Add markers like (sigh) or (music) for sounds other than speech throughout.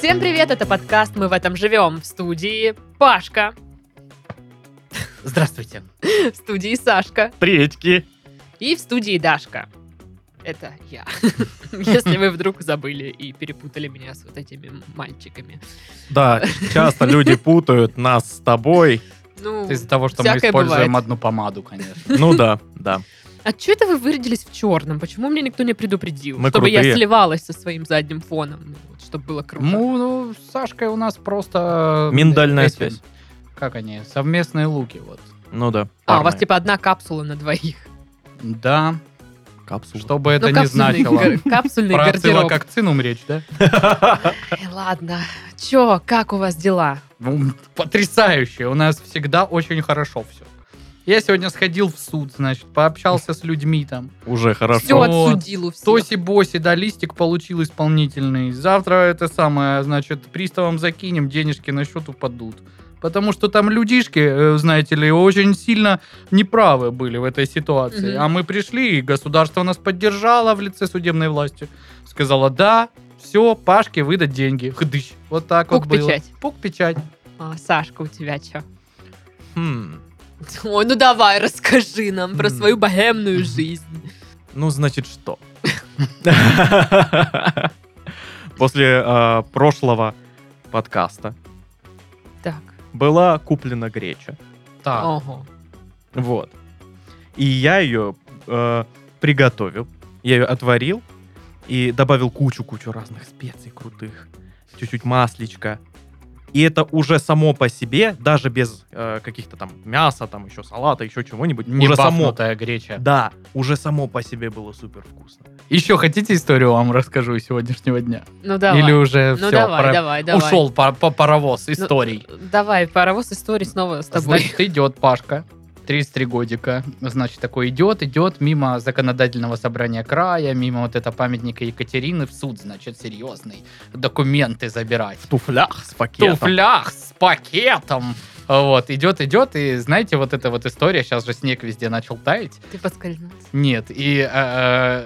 Это подкаст «Мы в этом живем» в студии Пашка, Здравствуйте. в студии Сашка Приветики. и в студии Дашка. Это я. (laughs) Если вы вдруг забыли и перепутали меня с вот этими мальчиками. Да, часто люди путают нас с тобой. Ну, Из-за того, что мы Всякое используем бывает. одну (laughs) помаду, конечно. Ну да, да. а что это вы вырядились в черном? Почему мне никто не предупредил? Мы чтобы я крутые. сливалась со своим задним фоном, чтобы было круто. Ну, ну, с Сашкой у нас просто... э, Миндальная этим, связь. Как они? Совместные луки, вот. Ну да. а, у вас парные типа одна капсула на двоих. Да, капсулы. что бы это Ну, ни капсульный значило. гар- Капсульный Про гардероб. акцилококцинум речь, да? Ай, Ладно. Че, как у вас дела? Ну, Потрясающе. У нас всегда очень хорошо все. Я сегодня сходил в суд, значит, пообщался с людьми там. Уже Все хорошо. отсудил у всех. Тоси-боси, да, листик получил исполнительный. Завтра это самое, значит, приставам закинем, денежки на счет упадут. Потому что там людишки, э, знаете ли, очень сильно неправы были в этой ситуации. Мгм. А мы пришли, и государство нас поддержало в лице судебной власти. Сказала, да, все, Пашке выдать деньги. Хдыщ. Вот так вот было. Пук-печать. Пук-печать. А, Сашка, у тебя что? Хм. (laughs) Ой, ну давай, расскажи нам про М. свою богемную Мгм. жизнь. Ну, (laughs) значит, что? После э, прошлого подкаста Так. была куплена греча. Так. Ого. Вот. И я ее э, приготовил. Я ее отварил и добавил кучу-кучу разных специй крутых. Чуть-чуть масличка. И это уже само по себе, даже без э, каких-то там мяса, там еще салата, еще чего-нибудь, Не уже само. бафнутая греча. Да, уже само по себе было супер вкусно. Еще хотите историю вам расскажу из сегодняшнего дня? Ну давай. Или уже ну все, давай, давай, давай. ушел по, по- паровоз Ну, историй. давай, паровоз историй снова с тобой. Значит, идет Пашка, 33 годика. Значит, такой идет, идет мимо законодательного собрания края, мимо вот этого памятника Екатерины в суд, значит, серьезный. Документы забирать. В туфлях с В пакетом. туфлях с пакетом. Вот, идет, идет, и знаете, вот эта вот история, сейчас же снег везде начал таять. Ты (laughs) поскользнулся. Нет, и э,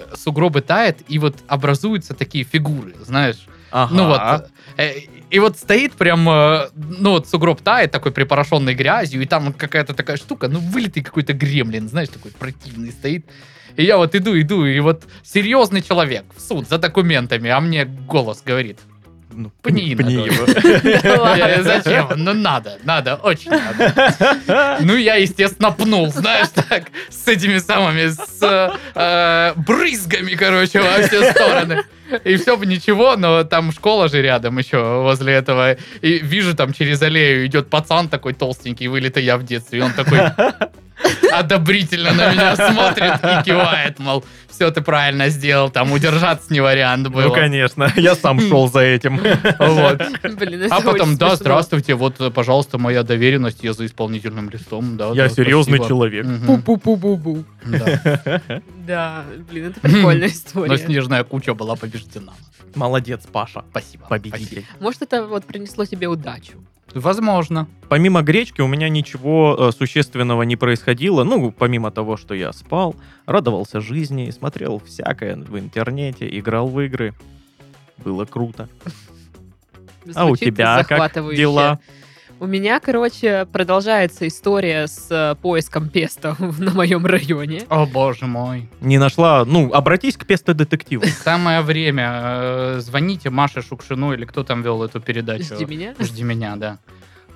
э, сугробы тает, и вот образуются такие фигуры, знаешь, Ага. ну вот. э, И вот стоит прям, э, ну вот сугроб тает, такой припорошенный грязью, и там вот какая-то такая штука, ну вылитый какой-то гремлин, знаешь, такой противный стоит. И я вот иду, иду, и вот серьезный человек в суд за документами, а мне голос говорит. Ну, пни пни- (laughs) пни надо. его. Да «Э, ладно. (laughs) Зачем? Ну надо, надо, очень надо. Ну, я, естественно, пнул, знаешь, так, с этими самыми, с э, э, брызгами, короче, во все стороны. И все бы ничего, но там школа же рядом еще возле этого. И вижу, там через аллею идет пацан такой толстенький, вылитый я в детстве. И он такой одобрительно на меня смотрит и кивает, мол, все ты правильно сделал, там удержаться не вариант Ну, был. конечно, я сам шел за (laughs) этим. Вот. Блин, это А потом, очень да, смешно. здравствуйте, вот, э, пожалуйста, моя доверенность, я за исполнительным листом. Да, Я да, серьезный спасибо». человек. Мгм, Пу-пу-пу-бу-бу. да. Да, блин, это прикольная Но история. снежная куча была побеждена. Молодец, Паша. Спасибо. Победитель. Может, это вот принесло тебе удачу? Спасибо. Возможно. Помимо гречки у меня ничего э, существенного не происходило. Ну, помимо того, что я спал, радовался жизни, смотрел всякое в интернете, играл в игры. Было круто. а у Звучит тебя как захватывающе. дела? У меня, короче, продолжается история с э, поиском песта (laughs) на моем районе. О, боже мой. Не нашла? Ну, обратись к пестодетективу. Самое время. э, Звоните Маше Шукшину или кто там вел эту передачу. Жди меня. Жди меня, да.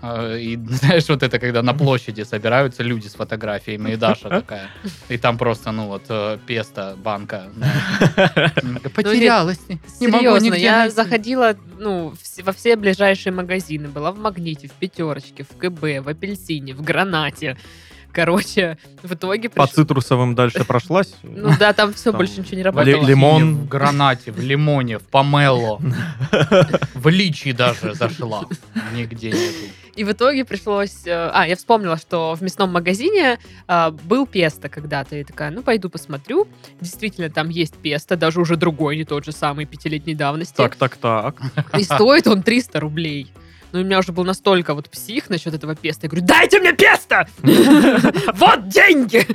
Э, И (laughs) знаешь, вот это, когда на площади собираются люди с фотографиями, и (laughs) Даша такая. И там просто, ну вот, э, песто, банка. (laughs) да. Потерялась. Не могу Серьезно, нигде я найти. заходила ну, в с- во все ближайшие магазины. Была в Магните, в Пятерочке, в КБ, в Апельсине, в Гранате. Короче, в итоге По пришло... цитрусовым дальше прослась. (laughs) Ну да, там все, Там больше ничего не В Ле- работало. апельсине, лимон. В гранате, в лимоне, в помело. В личи даже зашла. Нигде нету. И в итоге пришлось... э, А, я вспомнила, что в мясном магазине а, был песто когда-то. И такая, ну, пойду посмотрю. Действительно, там есть песто, даже уже другой, не тот же самый, пятилетней давности. Так, так, так. И стоит он 300 рублей. Но у меня уже был настолько вот псих насчет этого песта. Я говорю, дайте мне песто! (laughs) Вот деньги!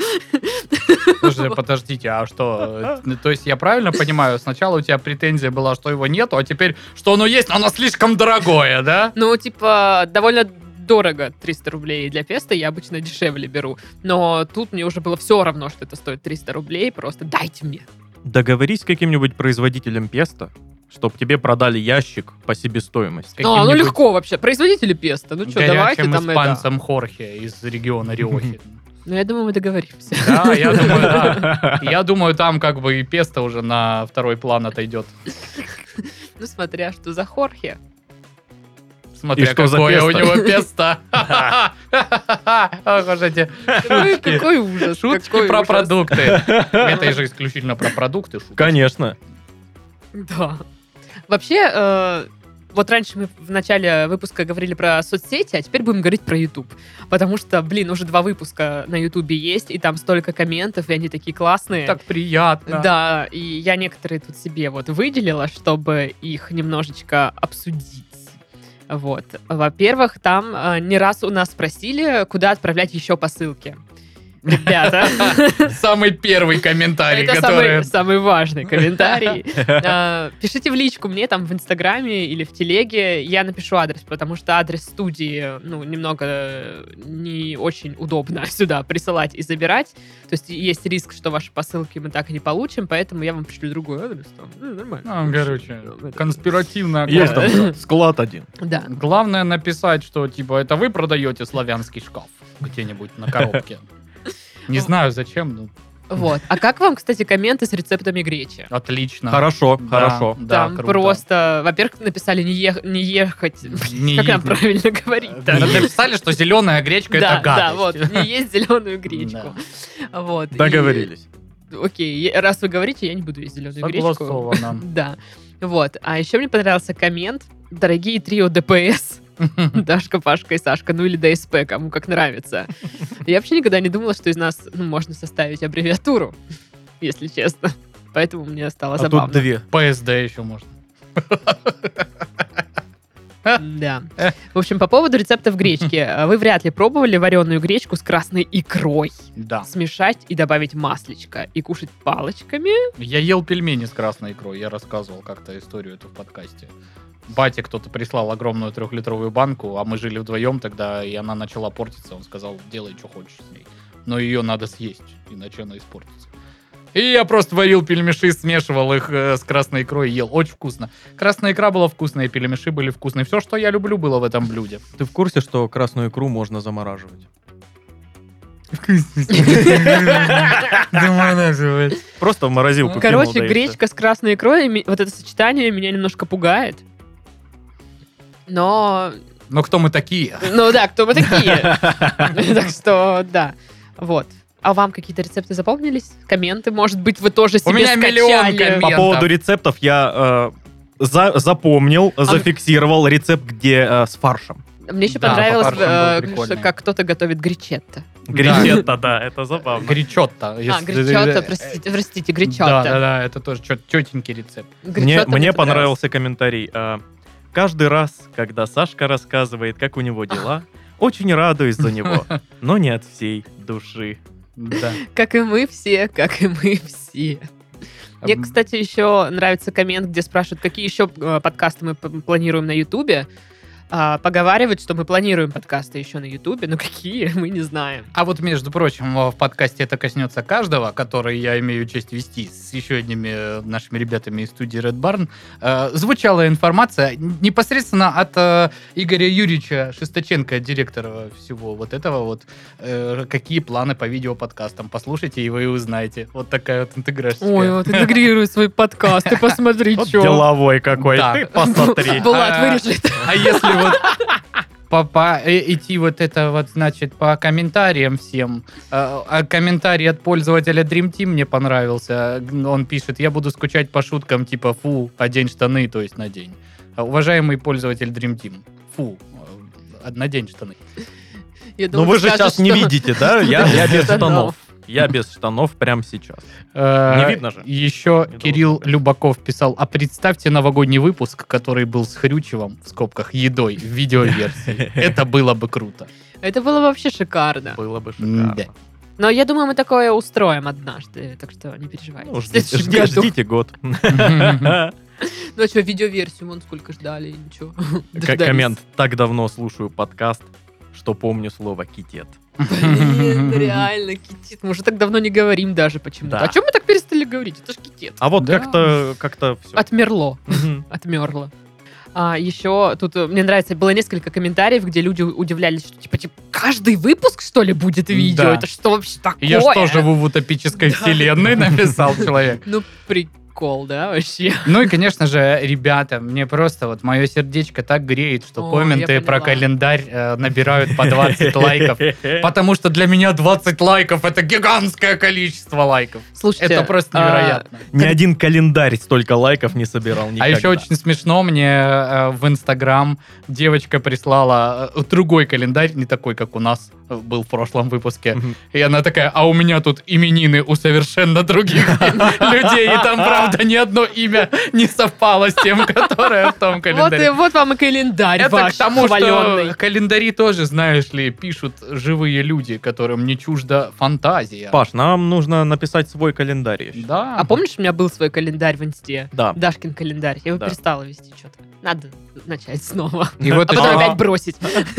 Слушайте, подождите, а что? э, То есть я правильно понимаю, сначала у тебя претензия была, что его нету, а теперь, что оно есть, но оно слишком дорогое, да? Ну, типа, довольно дорого 300 рублей для песта, я обычно дешевле беру. Но тут мне уже было все равно, что это стоит 300 рублей, просто дайте мне. Договорись с каким-нибудь производителем песта, чтобы тебе продали ящик по себестоимости. Ну, а, ну Каким-нибудь легко вообще. Производители песта, ну что, давайте горячим там это. испанцем Хорхе из (laughs) региона Риохи. Ну, я думаю, мы договоримся. (laughs) Да, я думаю, да. Я думаю, там как бы и песто уже на второй план отойдет. Ну, смотря что за (laughs) Хорхе. Смотря И что за какое у песто? него (laughs) песто. Ох уж эти Ой, Какой ужас. шутки какой про ужас. (laughs) продукты. Это же исключительно про продукты. шутки. (laughs) Конечно. (laughs) Да. Вообще, э, вот раньше мы в начале выпуска говорили про соцсети, а теперь будем говорить про YouTube. Потому что, блин, уже два выпуска на YouTube есть, и там столько комментов, и они такие классные. Так приятно. Да, и я некоторые тут себе вот выделила, чтобы их немножечко обсудить. Вот. Во-первых, там э, не раз у нас спросили, куда отправлять еще посылки. Ребята, Самый первый комментарий, это который... самый, самый важный комментарий. Э, Пишите в личку мне там в Инстаграме или в Телеге, я напишу адрес, потому что адрес студии, ну, немного э, не очень удобно (laughs) сюда присылать и забирать. То есть есть риск, что ваши посылки мы так и не получим, поэтому я вам пришлю другой адрес. там. Ну, нормально. Ну, короче, конспиративно. Есть Да. там склад один. Да. Главное написать, что типа это вы продаете славянский шкаф где-нибудь на коробке. Ну. Не знаю зачем, ну, но Вот. А как вам, кстати, комменты с рецептами гречи? отлично. Хорошо, Да, хорошо. Да, Там круто. просто, во-первых, написали не, ех- не ехать. Не как нам еди- правильно говорить? Да, Написали, что зеленая гречка да, это да, гадость. вот, не есть зеленую гречку. Вот. и- Договорились. Окей, е- раз вы говорите, я не буду есть зеленую гречку. Согласовано. Да. Вот. А еще мне понравился коммент. Дорогие трио (laughs) ДПС. Дашка, Пашка и Сашка, ну или ДСП, кому как нравится. Я вообще никогда не думала, что из нас ну, можно составить аббревиатуру, если честно. Поэтому мне стало А тут забавно. две. ПСД еще можно. Да. В общем, по поводу рецептов гречки. А Вы вряд ли пробовали вареную гречку с красной икрой. Да. Смешать и добавить масличко. И кушать палочками. Я ел пельмени с красной икрой. Я рассказывал как-то историю эту в подкасте. Бате кто-то прислал огромную трехлитровую банку, а мы жили вдвоем тогда, и она начала портиться. Он сказал, делай, что хочешь с ней. Но ее надо съесть, иначе она испортится. И я просто варил пельмеши, смешивал их э, с красной икрой и ел. Очень вкусно. Красная икра была вкусная, пельмеши были вкусные. Все, что я люблю, было в этом блюде. Ты в курсе, что красную икру можно замораживать? Просто в морозилку кинул, Короче, да и гречка с красной икрой, ми- вот это сочетание меня немножко пугает. Но, Но кто (laughs) мы такие? ну да, кто мы (laughs) такие? всё. Так что, да, вот. А вам какие-то рецепты запомнились? Комменты, может быть, вы тоже себе меня миллион скачали? коммен- По поводу рецептов я э, за- запомнил, А зафиксировал рецепт, где э, с фаршем. Мне еще Да, понравилось, по-фаршам э, было прикольно. что как кто-то готовит гречетто. Гречетта, да, это забавно. Гречотто. А, гречетто, простите, простите, Да, да, гречетто. да, это тоже чё- тетенький рецепт. Мне, Гречетто мне понравилось. понравился комментарий. э, Каждый раз, когда Сашка рассказывает, как у него дела, очень радуюсь за него, но не от всей души. Да. Как и мы все, как и мы все. Мне, М, кстати, еще нравится коммент, где спрашивают, какие еще э, подкасты мы п- планируем на Ютубе. А, Поговаривают, что мы планируем подкасты еще на Ютубе, но (laughs) какие, мы не знаем. А вот, между прочим, в подкасте это коснется каждого, который я имею честь вести с еще одними э, нашими ребятами из студии Red Barn. Э, Звучала информация непосредственно от э, Игоря Юрьевича Шесточенко, директора всего вот этого вот. э, Какие планы по видеоподкастам? Послушайте, и вы узнаете. Вот такая вот интеграция. вот интегрируй свой подкаст, ты посмотри, Вот деловой какой, Да. ты посмотри. (laughs) Булат, А, вырежи это. А если вот по, по- э, идти вот это вот, значит, по комментариям всем. Э, а комментарий от пользователя Dream Team мне понравился. Г- Он пишет, я буду скучать по шуткам типа «фу, одень штаны», то есть на день. Уважаемый пользователь Dream Team, фу, э, на день штаны. Я Ну думала, вы ты Ну, же скажешь, сейчас не что- (laughs) видите, да? что Я ты я без штанов. Я без штанов прямо сейчас. Не Не видно же. Э, Еще Не Кирилл должно быть. Любаков писал, а представьте новогодний выпуск, который был с Хрючевым, в скобках, едой, (laughs) в видеоверсии. Это было бы круто. (laughs) Это было вообще шикарно. Было бы М-да. шикарно. Но я думаю, мы такое устроим однажды, так что не переживайте. Ну, В ждите, следующем жди- году. (laughs) ждите год. Мгм. Ну а что, видеоверсию вон сколько ждали, ничего. (laughs) К- Дождались. Коммент. Так давно слушаю подкаст, что помню слово китет. Блин, реально, китит. Мы уже так давно не говорим даже почему-то. Да. О чем мы так перестали говорить? Это ж китет. А вот Да. как-то как-то все. Отмерло. Отмерло. А еще тут э, мне нравится, было несколько комментариев, где люди удивлялись, что типа, типа каждый выпуск, что ли, будет видео? Да. Это что вообще такое? Я что, живу в утопической Да. вселенной, написал человек. Ну, прикол, да, вообще? (laughs) Ну и, конечно же, ребята, мне просто вот мое сердечко так греет, что О, я комменты про поняла. календарь э, набирают по (laughs) (laughs) 20 лайков. Потому что для меня 20 лайков это гигантское количество лайков. Слушайте. Это просто а, невероятно. Ни один календарь столько лайков не собирал никогда. А еще очень смешно мне э, в Инстаграм девочка прислала э, другой календарь, не такой, как у нас э, был в прошлом выпуске. Мгм. И она такая, а у меня тут именины у совершенно других (laughs) людей, и там, правда, ни одно имя не совпало с тем, которое в том вот, и, календаре. вот вам и календарь Это ваш к тому, хвалёный. что календари тоже, знаешь ли, пишут живые люди, которым не чужда фантазия. Паш, нам нужно написать свой календарь. я считаю. Да. А помнишь, у меня был свой календарь в инсте? Да. (laughs) Дашкин календарь. Я его Да. перестала вести что-то. Надо начать снова. И вот А потом еще- опять бросить.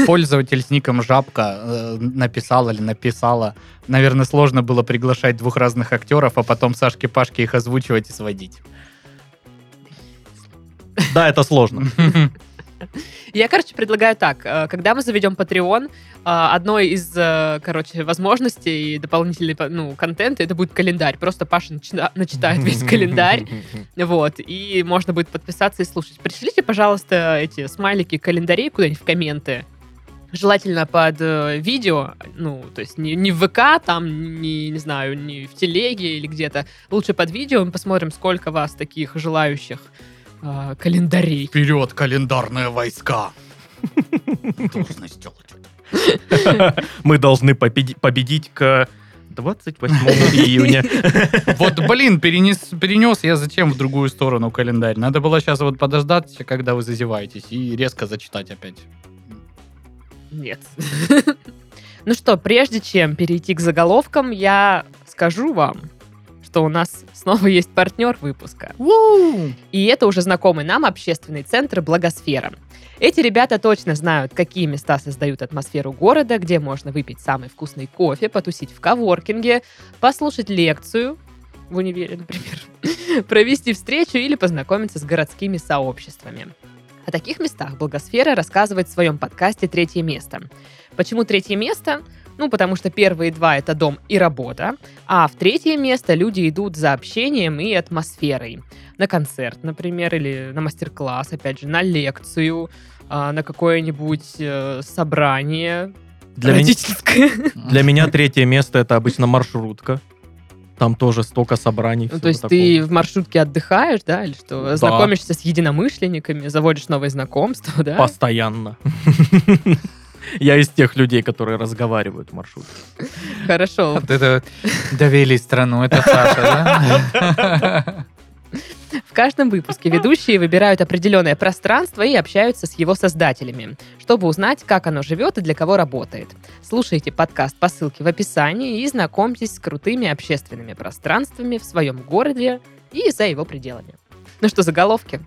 пользователь с ником Жабка э, написал или написала. Наверное, сложно было приглашать двух разных актеров, а потом Сашке Пашке их озвучивать и сводить. Да, это сложно. Я, короче, предлагаю так. Э, Когда мы заведем Patreon, э, одной из, э, короче, возможностей и дополнительный по- ну, контент, это будет календарь. Просто Паша начина- начитает весь календарь. Вот, и можно будет подписаться и слушать. Пришлите, пожалуйста, эти смайлики календарей куда-нибудь в комменты. Желательно под э, видео, ну, то есть не, не в ВК, там, не, не знаю, не в телеге или где-то. Лучше под видео, мы посмотрим, сколько вас таких желающих э, календарей. Вперед, календарные войска! Должность тёлочек. (laughs) Мы должны победи- победить к 28 (laughs) июня. Вот, блин, перенес, перенес я зачем в другую сторону календарь? Надо было сейчас вот подождать, когда вы зазеваетесь, и резко зачитать опять. Нет. (laughs) Ну что, прежде чем перейти к заголовкам, я скажу вам, что у нас снова есть партнер выпуска. И это уже знакомый нам общественный центр «Благосфера». Эти ребята точно знают, какие места создают атмосферу города, где можно выпить самый вкусный кофе, потусить в коворкинге, послушать лекцию в универе, например, (laughs) провести встречу или познакомиться с городскими сообществами. О таких местах «Благосфера» рассказывает в своем подкасте «Третье место». Почему третье место? Ну, потому что первые два — это дом и работа, а в третье место люди идут за общением и атмосферой. На концерт, например, или на мастер-класс, опять же, на лекцию, а, на какое-нибудь э, собрание Для меня- (laughs) родительское. Для меня третье место это обычно маршрутка. Там тоже столько собраний. Ну, всего то есть такого. ты в маршрутке отдыхаешь, да, или что? Да. Знакомишься с единомышленниками, заводишь новые знакомства, (laughs) да? Постоянно. (laughs) Я из тех людей, которые разговаривают в маршрутке. Хорошо. (laughs) Вот это вот довели страну, это Саша, да? В каждом выпуске ведущие выбирают определенное пространство и общаются с его создателями, чтобы узнать, как оно живет и для кого работает. Слушайте подкаст по ссылке в описании и знакомьтесь с крутыми общественными пространствами в своем городе и за его пределами. Ну что, заголовки?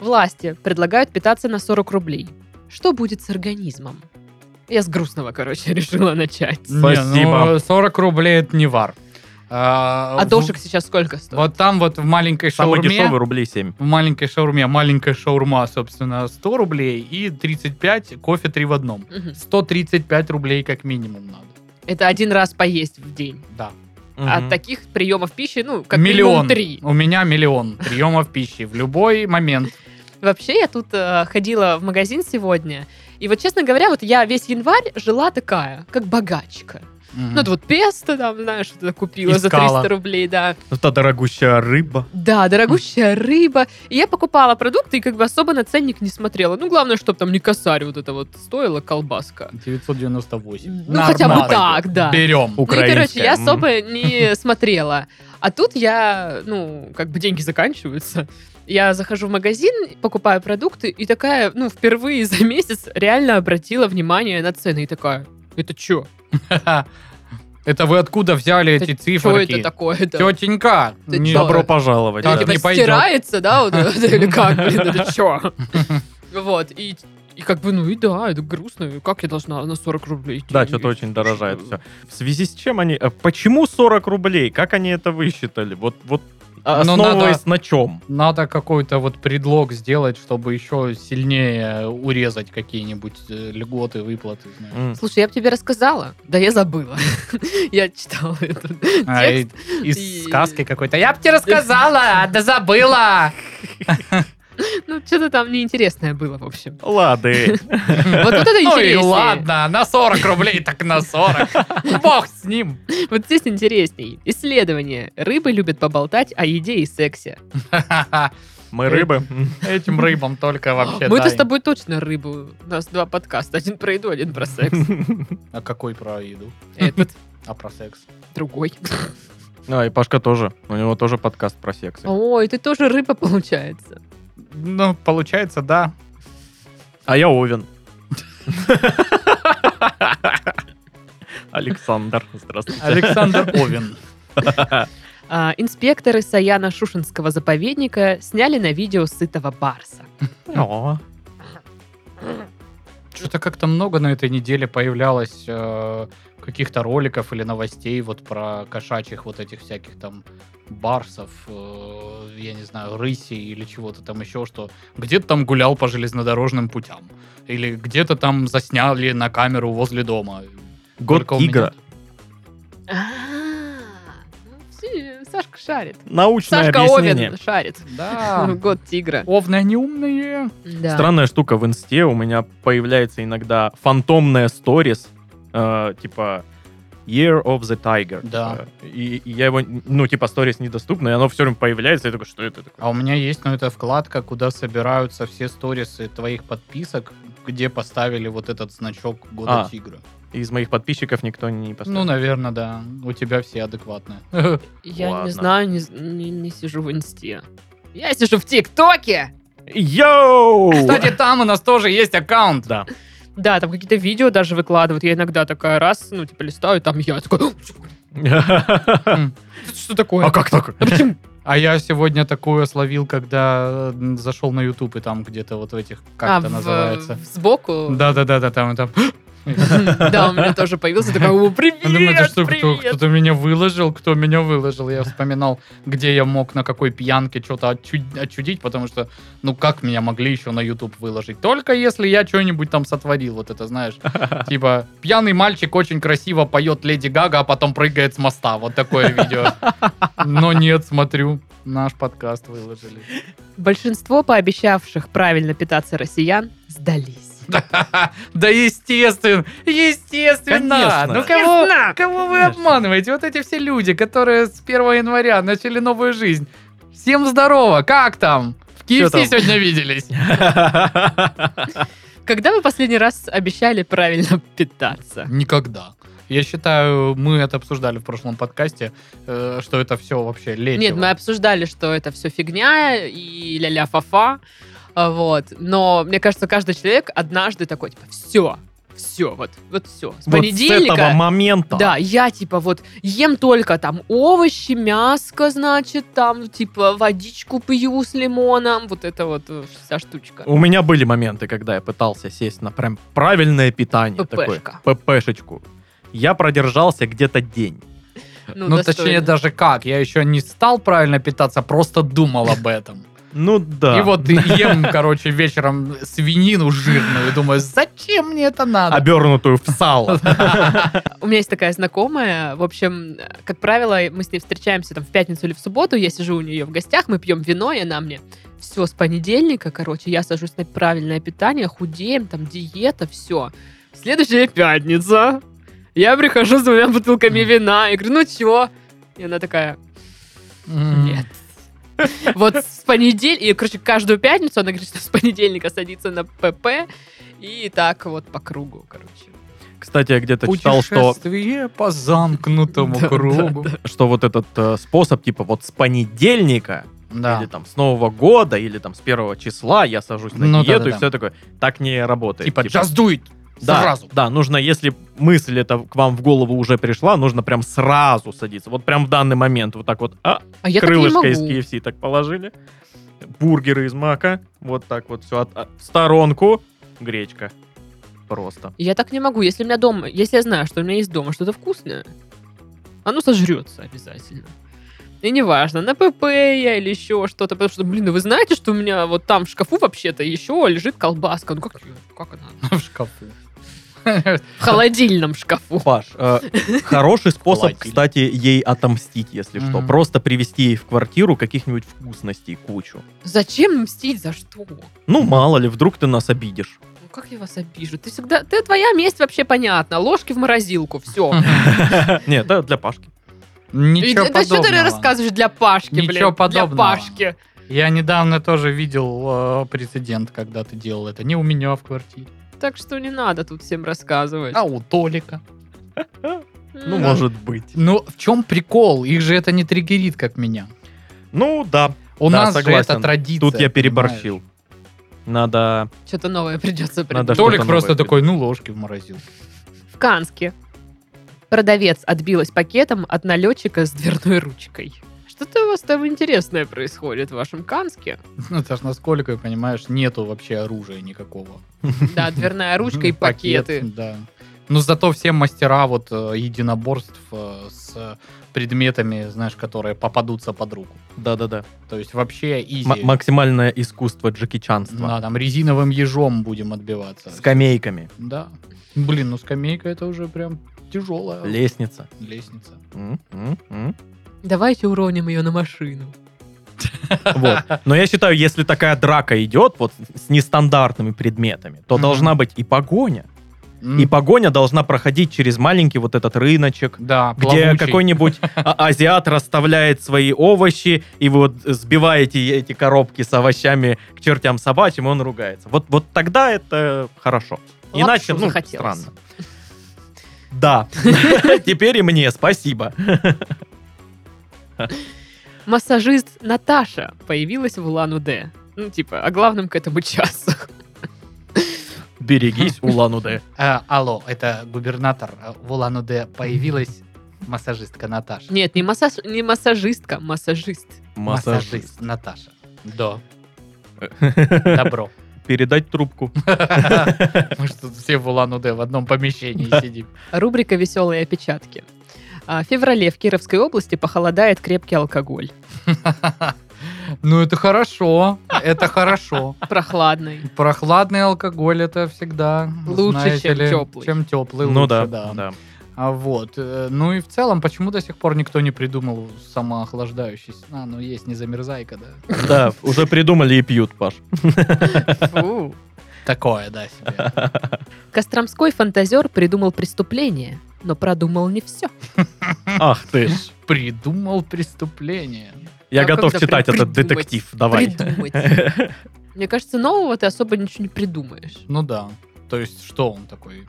Власти предлагают питаться на 40 рублей. Что будет с организмом? Я с грустного, короче, (laughs) решила начать. (laughs) Не, Спасибо. ну, 40 рублей это не вар. А, А в- дошек сейчас сколько стоит? Вот там вот в маленькой Самый шаурме... дешевый рублей 7. В маленькой шаурме. Маленькая шаурма, собственно, 100 рублей и 35 кофе 3 в одном. Мгм. 135 рублей как минимум надо. Это один раз поесть в день. Да. А таких приемов пищи, ну, как минимум миллион. три. У меня миллион приемов пищи в любой момент. Вообще, я тут э, ходила в магазин сегодня, и вот, честно говоря, вот я весь январь жила такая, как богачка. Ну, это вот песто там, знаешь, что-то купила за Искала. 300 рублей, да. Ну, та дорогущая рыба. Да, дорогущая рыба. И я покупала продукты и как бы особо на ценник не смотрела. Ну, главное, чтобы там не косарь вот это вот стоила колбаска. 998. Ну, хотя бы так, да. Берем. Ну и, короче, я Украинская, м. особо не (laughs) смотрела. А тут я, ну, как бы деньги заканчиваются. Я захожу в магазин, покупаю продукты, и такая, ну, впервые за месяц реально обратила внимание на цены. И такая, это чё? (laughs) Это вы откуда взяли Это эти Чё циферки? это такое-то? Тетенька, Ты не- чё? добро Добро пожаловать. Так, да. не Типа пойдёт. стирается, да, вот это или как, блин, это чё? Вот, и и как бы, ну и да, это грустно. Как я должна на 40 рублей? Да, что-то очень дорожает все. В связи с чем они... э, Почему 40 рублей? Как они это высчитали? Вот, вот а, Ну, основываясь надо- на чем? Надо какой-то вот предлог сделать, чтобы еще сильнее урезать какие-нибудь э, льготы, выплаты. (laughs) знаешь. Слушай, я бы тебе рассказала. Да я забыла. (laughs) Я читала это. А, и- Текст. Из И- сказки какой-то. Я бы тебе рассказала, (laughs) да забыла. Ну, что-то там неинтересное было, в общем. Лады. Вот тут это (laughs) Ну и интереснее. ладно, на 40 рублей так на 40. Бог с ним. (laughs) Вот здесь интересней. Исследование. Рыбы любят поболтать о еде и сексе. Мы рыбы. Этим рыбам только вообще Мы-то Э, дай. с тобой точно рыбу. У нас два подкаста. Один про еду, один про секс. (laughs) А какой про еду? Этот А про секс? другой. А, и Пашка тоже. У него тоже подкаст про секс. Ой, ты тоже рыба, получается. Ну, получается, да. А я Овен. Александр, здравствуйте. Александр Овен. А, инспекторы Саяна Шушинского заповедника сняли на видео сытого барса. О, Что-то как-то много на этой неделе появлялось э, каких-то роликов или новостей вот про кошачьих вот этих всяких там барсов, э, я не знаю, рысей или чего-то там еще, что где-то там гулял по железнодорожным путям. Или где-то там засняли на камеру возле дома. Год Только у меня- тигра. Ну, Сашка шарит. Научное Сашка объяснение. Овен шарит. Да. (laughs) Год тигра. Овны, они умные. Да. Странная штука в инсте. У меня появляется иногда фантомная сторис, э, типа Year of the Tiger. Да. Э, И, и я его, ну, типа, сторис недоступно, и оно все время появляется. Я такой, что это такое? А у меня есть, ну, это вкладка, куда собираются все сторисы твоих подписок, где поставили вот этот значок года А. тигра. Из моих подписчиков никто не поставил. Ну, наверное, да. У тебя все адекватные. Я Ладно. не знаю, не, не- не сижу в инсте. Я сижу в ТикТоке! Йоу! Кстати, там у нас тоже есть аккаунт. (laughs) Да. Да, там какие-то видео даже выкладывают. Я иногда такая раз, ну, типа, листаю, там я такой, «О, (laughs) А это что такое? как так? А почему? А я сегодня такое словил, когда э, зашел на YouTube, и там где-то вот в этих, как А, это в- называется? в- сбоку? Да-да-да, там и там. Да, у меня тоже появился такой, о, привет, (laughs) Я думаю, это что, кто, привет. кто-то меня выложил, кто меня выложил. Я вспоминал, где я мог на какой пьянке что-то отчу- отчудить, потому что, ну, как меня могли еще на YouTube выложить? Только если я что-нибудь там сотворил, вот это, (laughs) знаешь. Типа, пьяный мальчик очень красиво поет Леди Гага, а потом прыгает с моста. Вот такое видео. Но нет, смотрю, наш подкаст выложили. Большинство пообещавших правильно питаться россиян сдались. Да естественно, естественно. Конечно. Ну кого, Естественно. кого вы Конечно. обманываете? Вот эти все люди, которые с 1 января начали новую жизнь. Всем здорово, как там? В Чё KFC там? сегодня виделись. Когда вы последний раз обещали правильно (laughs) питаться? (laughs) Никогда. Я считаю, мы это обсуждали в прошлом подкасте, э, что это все вообще лечит. Нет, ну, мы обсуждали, что это все фигня и ля-ля фа-фа. а, Вот. Но мне кажется, каждый человек однажды такой, типа, все, все, вот, вот все. С Вот с понедельника. этого момента. Да, я типа вот ем только там овощи, мяско, значит, там типа водичку пью с лимоном, вот это вот э, вся штучка. У меня были моменты, когда я пытался сесть на прям правильное питание. ППшка. Такое, ППшечку. Я продержался где-то день. Ну, достойно. (laughs) точнее, даже как. Я еще не стал правильно питаться, просто думал об этом. Ну да. И вот ем, короче, вечером свинину жирную. Думаю, зачем мне это надо? Обернутую в (laughs) сало. У меня есть такая знакомая. В общем, как правило, мы с ней встречаемся там в пятницу или в субботу. Я сижу у нее в гостях, мы пьем вино, и она мне все с понедельника, короче, я сажусь на правильное питание, худеем, там диета, все. Следующая пятница. Я прихожу с двумя бутылками вина и говорю, ну чё? И она такая, М. Нет. Вот с понедельника, и, короче, каждую пятницу она говорит, что с понедельника садится на ПП, и так вот по кругу, короче. Кстати, я где-то читал, что, Путешествие по замкнутому (laughs) Да, кругу. что вот этот э, способ, типа вот с понедельника, Да. или там с Нового года, или там с первого числа я сажусь на Ну да, диету да, и да. все такое, так не работает. Типа just do it. да, (laughs) Сразу. Да, нужно, если мысль эта к вам в голову уже пришла, нужно прям сразу садиться. Вот прям в данный момент вот так вот, а, А я крылышко так не из могу. KFC так положили, бургеры из мака, вот так вот все, в сторонку, гречка. Просто. Я так не могу. Если у меня дома, если я знаю, что у меня есть дома что-то вкусное, оно сожрется обязательно. И неважно, на ПП я или еще что-то. Потому что, блин, ну вы знаете, что у меня вот там в шкафу вообще-то еще лежит колбаска. Ну как, её- как она? В шкафу. В холодильном шкафу. Паш, (laughs) э, хороший способ, Холодильник. кстати, ей отомстить, если что. Мгм. Просто привезти ей в квартиру каких-нибудь вкусностей кучу. Зачем мстить за что? Ну, мало ли, вдруг ты нас обидишь. Ну как я вас обижу? Ты всегда... Ты, твоя месть вообще понятна. Ложки в морозилку, все. (laughs) Нет, это для Пашки. Ничего Да что ты подобного. рассказываешь для Пашки, блин? Ничего подобного. Для Пашки. Я недавно тоже видел э, прецедент, когда ты делал это. Не у меня в квартире, Так что не надо тут всем рассказывать. а у Толика. Ну, М. может быть. Ну, в чем прикол? Их же это не триггерит, как меня. Ну, да. У Да, нас же согласен. это традиция. Тут я понимаешь? переборщил. Надо... Что-то новое придется Надо придумать. что-то Толик просто новое такой, ну, ложки в морозилку. В Канске продавец отбилась пакетом от налетчика с дверной ручкой. Что-то у вас там интересное происходит в вашем Канске. (laughs) Ну, это ж насколько, понимаешь, нету вообще оружия никакого. Да, дверная ручка и Ну, пакет, пакеты. Да. Но зато все мастера вот э, единоборств э, с предметами, знаешь, которые попадутся под руку. Да-да-да. То есть вообще изи. М- максимальное искусство Джеки Чанства. Да, там резиновым ежом будем отбиваться. Скамейками. Да. Блин, ну скамейка это уже прям тяжелая Лестница. лестница. М, м, м. Давайте уроним ее на машину. Вот. Но я считаю, если такая драка идет вот с нестандартными предметами, то Мгм. должна быть и погоня. М, И погоня должна проходить через маленький вот этот рыночек, Да, где плавучий. какой-нибудь (laughs) а- азиат расставляет свои овощи, и вы вот сбиваете эти коробки с овощами к чертям собачьим, и он ругается. Вот, вот тогда это хорошо. Лапшу Иначе, ну, захотелось. странно. (laughs) Да, теперь и мне спасибо. Массажист Наташа появилась в Улан-Удэ. Ну, типа, о главном к этому часу. (laughs) Берегись, Улан-Удэ. Э, алло, это губернатор э, в Улан-Удэ появилась массажистка Наташа. Нет, не, массаж, не массажистка, массажист. Массажист. Наташа. (laughs) Да. Добро. Передать трубку. Мы же тут все в Улан-Удэ в одном помещении сидим. Рубрика «Веселые опечатки». А, В феврале в Кировской области похолодает крепкий алкоголь. Ну, это хорошо. Это хорошо. Прохладный. Прохладный алкоголь это всегда Лучше, знаете чем ли, тёплый. Чем теплый, Ну лучше, да, да. да. А вот. э, Ну и в целом, почему до сих пор никто не придумал самоохлаждающийся? А, ну есть незамерзайка, да. Да, уже придумали и пьют, Паш. Фу. Такое, да, себе. Костромской фантазер придумал преступление, но продумал не все. Ах ты ж. Придумал преступление. Я А готов как это читать прям этот придумать? детектив. Давай. (laughs) Придумать. Мне кажется, нового ты особо ничего не придумаешь. Ну да. То есть, что он такой?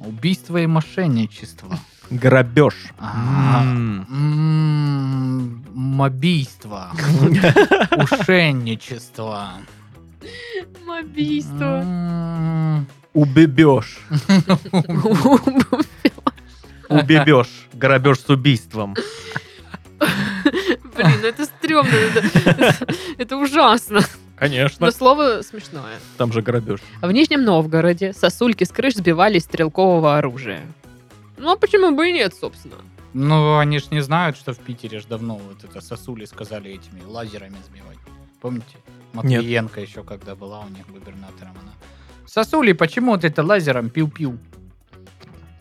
Убийство и мошенничество. Грабеж. А. М. М, М-м, Мобийство. Ушенничество. Мобийство. М, Убебеж. (laughs) Блин, Убебеж. Грабеж с убийством. ну это стрёмно. это- Это ужасно. Конечно. Но слово смешное. Ну, Там же грабеж. В Нижнем Новгороде сосульки с крыш сбивали из стрелкового оружия. Ну, а почему бы и нет, собственно? Ну, они ж не знают, что в Питере ж давно вот это сосули сказали этими лазерами сбивать. Помните? Матвиенко еще когда была у них губернатором она. Сосули, почему вот это лазером пил-пил?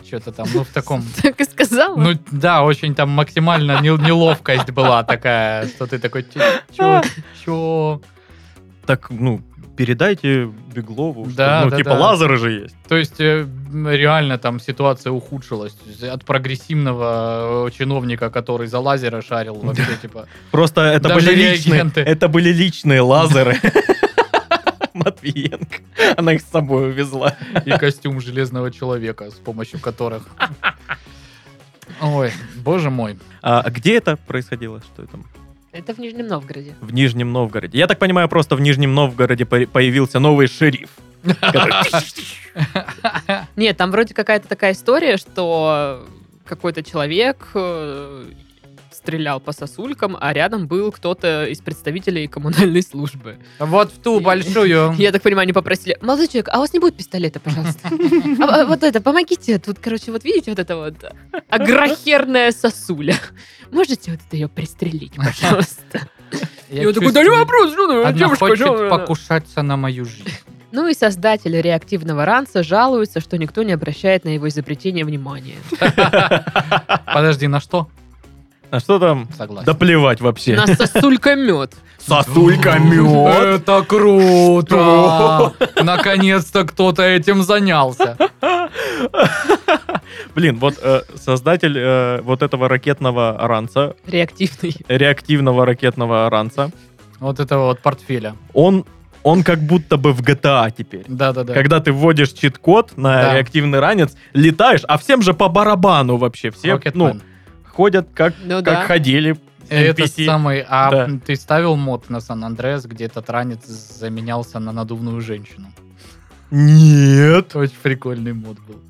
Что-то там, ну, в (laughs) таком... Так и сказала. Ну, да, очень там максимально не- неловкость была такая, что ты такой, «Чё- чё, чё? Так, ну, передайте Беглову, что, Да, ну, да, типа да. лазеры же есть. То есть э, м, реально там ситуация ухудшилась. То есть От прогрессивного э, чиновника, который за лазера шарил вообще, типа... Просто это Даже были личные, реагенты. это были личные лазеры. (laughs) Матвиенко. Она их с собой увезла. и костюм Железного Человека, с помощью которых... Ой, боже мой. А где это происходило? Что это? Это в Нижнем Новгороде. В Нижнем Новгороде. Я так понимаю, просто в Нижнем Новгороде по- появился новый шериф. Нет, там вроде какая-то такая история, что какой-то человек э, стрелял по сосулькам, а рядом был кто-то из представителей коммунальной службы. Вот в ту большую. Я так понимаю, они попросили, молодой человек, а у вас не будет пистолета, (laughs) пожалуйста? А, а, вот это, помогите, тут, короче, вот видите вот это вот агрохерная сосуля? Можете вот это ее (laughs) пристрелить, пожалуйста? Я И он такой, чувствую, да не вопрос, ну, ну, Она девушка, хочет ну, ну, ну». покушаться на мою жизнь. Ну и создатели реактивного ранца жалуются, что никто не обращает на его изобретение внимания. Подожди, на что? А что там? Да Согласен. плевать вообще. На сосулька мед. Сосулька мед. Это круто! Наконец-то кто-то этим занялся. Блин, вот э, создатель э, вот этого ракетного ранца, Реактивный. реактивного ракетного ранца, Вот этого вот портфеля. он, он как будто бы в GTA теперь. Да-да-да. Когда ты вводишь чит-код на Да. реактивный ранец, летаешь, а всем же по барабану вообще. Все ну, Рокетмен. ходят как, Ну как да. ходили. Этот NPC. самый, а Да. ты ставил мод на Сан-Андреас, где этот ранец заменялся на надувную женщину? Нет. Это очень прикольный мод был.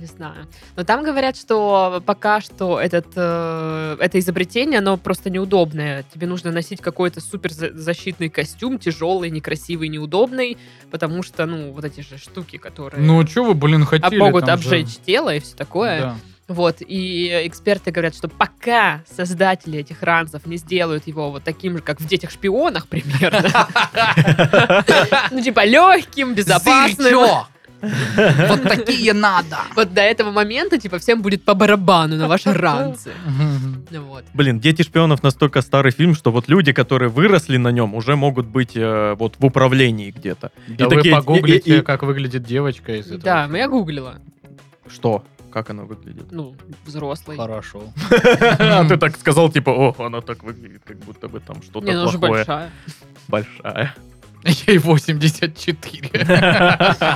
Не знаю. Но там говорят, что пока что этот, э, это изобретение, оно просто неудобное. Тебе нужно носить какой-то суперзащитный костюм, тяжелый, некрасивый, неудобный, потому что, ну, вот эти же штуки, которые Ну, что вы, блин, Э. а, хотели? могут там же- обжечь тело и все такое. Да. Вот, и эксперты говорят, что пока создатели этих ранцев не сделают его вот таким же, как в «Детях-шпионах» (laughs) примерно, ну, типа легким, безопасным, (laughs) Вот такие надо! вот до этого момента, типа, всем будет по барабану на ваши ранцы. Ну Вот. Блин, «Дети шпионов» настолько старый фильм, что вот люди, которые выросли на нем, уже могут быть э, вот в управлении где-то. Да И вы такие- и- и- погуглите, и- как выглядит девочка из этого. Да, ну, я гуглила. Что? Как она выглядит? Ну, взрослый. Хорошо. (laughs) (laughs) А ты так сказал, типа, о, она так выглядит, как будто бы там что-то Не, ну, уже плохое. большая. Большая. Ей 84.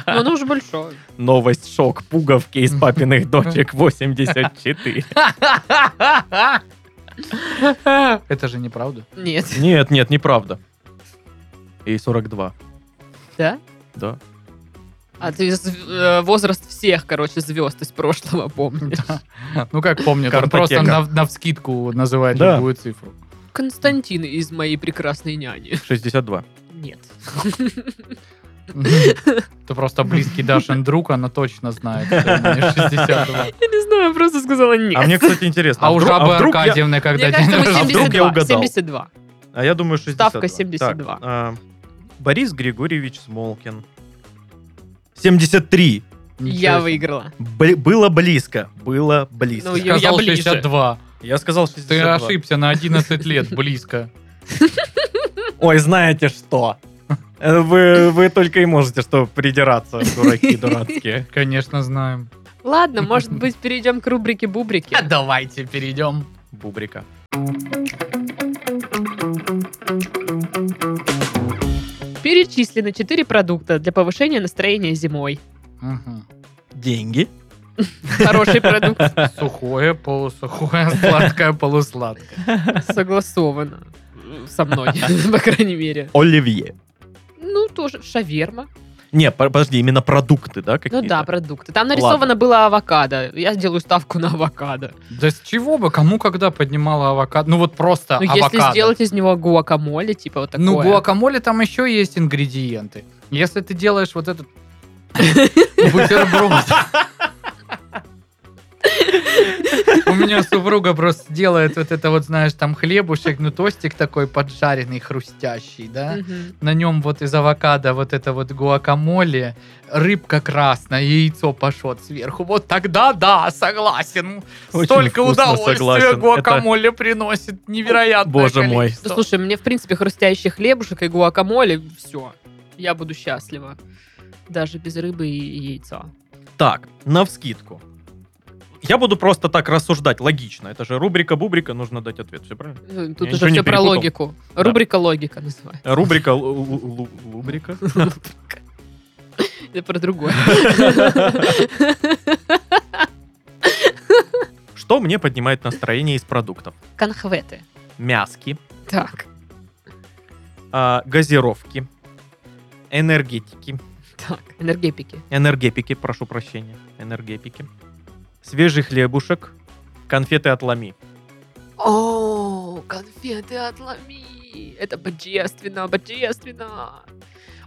Ну, она уже большая. (laughs) (laughs) Новость шок. Пуговки из папиных дочек 84. (laughs) Это же (laughs) неправда. Нет. (laughs) Нет, нет, неправда. И 42. Да? Да. А ты з- э, возраст всех, короче, звезд из прошлого помнишь. Ну, как помню, там Картотека. просто на вскидку называет Да. любую цифру. Константин из моей прекрасной няни. 62. Нет. Это просто близкий Дашин друг, она точно знает, что ему не Я 62. не знаю, я просто сказала А нет. мне, кстати, (laughs) интересно. А у вдруг- жабы вдруг я- Аркадьевны, когда Мне день кажется, мы А (laughs) вдруг рождения? я 72. угадал? 72. А я думаю, 62. Ставка 72. Так, а, Борис Григорьевич Смолкин. 73. Ничего Я себе. выиграла. Бли- было близко. Было близко. Ну, Ты Я- я сказал ближе. 62. Я сказал Ты 62. ошибся на 11 лет, близко. Ой, знаете что? Э, Вы, вы только и можете что придираться, дураки дурацкие. Конечно, знаем. Ладно, может быть, перейдем к рубрике бубрики. А давайте перейдем. Бубрика. Перечислены 4 продукта для повышения настроения зимой. Деньги. Хороший продукт. Сухое, полусухое, (laughs) сладкое, полусладкое. Согласовано. Со мной, (laughs) по крайней мере. Оливье. Ну, тоже шаверма. Не, по- подожди, именно продукты, да, Ну какие-то? да, продукты. Там нарисовано было авокадо. Я сделаю ставку на авокадо. Да с чего бы, кому когда поднимала авокадо? Ну вот просто Ну, авокадо. если сделать из него гуакамоле, типа вот такое. Ну, гуакамоле там еще есть ингредиенты. Если ты делаешь вот этот бутерброд. У меня подруга просто делает вот это вот, знаешь, там хлебушек, ну тостик такой поджаренный, хрустящий, да? Мгм. На нем вот из авокадо вот это вот гуакамоле, рыбка красная, яйцо пашот сверху. Вот тогда да, согласен. Очень Столько вкусно, удовольствия согласен. Это- гуакамоле приносит, невероятно. Боже мой. Да Ну, Слушай, мне, в принципе, хрустящий хлебушек и гуакамоле, все. Я буду счастлива. Даже без рыбы и яйца. Так, навскидку. Я буду просто так рассуждать, логично. Это же рубрика-бубрика, нужно дать ответ, все правильно? Э, Тут Я уже ничего не все про перепутал. логику. Рубрика логика называется. Рубрика... лу- лу- лу- Лубрика? Это про другое. (laughs) Что мне поднимает настроение из продуктов? Конхветы. Мяски, Так, а, газировки, энергетики, так. Энергетики. энергетики, прошу прощения, энергетики, свежий хлебушек, конфеты от лами. О, конфеты отломи. Это божественно, божественно.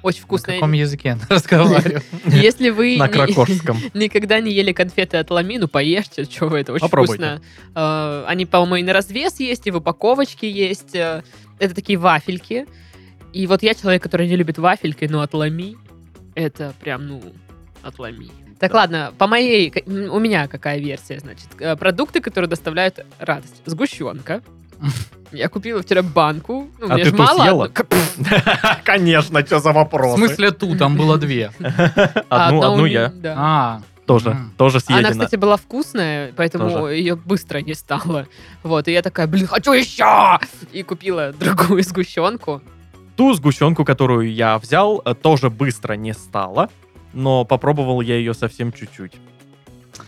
Очень На вкусно. каком языке она (laughs) разговаривает? (laughs) Если вы На не- (laughs) кракорском. никогда не ели конфеты от лами, ну поешьте, что вы, это очень Попробуйте. вкусно. Э, Они, по-моему, и на развес есть, и в упаковочке есть. Э, Это такие вафельки. И вот я человек, который не любит вафельки, но отломи, это прям, ну, отломи. Так, ладно, по моей, к- м, у меня какая версия, значит. Э, Продукты, которые доставляют радость. (laughs) Сгущенка. Я купила вчера банку. Ну, А мне ты ж ту мало. съела? одно- К- пф, (laughs) Конечно, что за В вопрос? смысле ту, там (laughs) было две. Одну, одна у одну меня, я да. А, тоже, М. тоже Она, съедена. кстати, была вкусная, поэтому Тоже. ее быстро не стало. Вот, и я такая, блин, хочу еще! И купила другую сгущенку. Ту сгущенку, которую я взял, э, тоже быстро не стало, но попробовал я ее совсем чуть-чуть.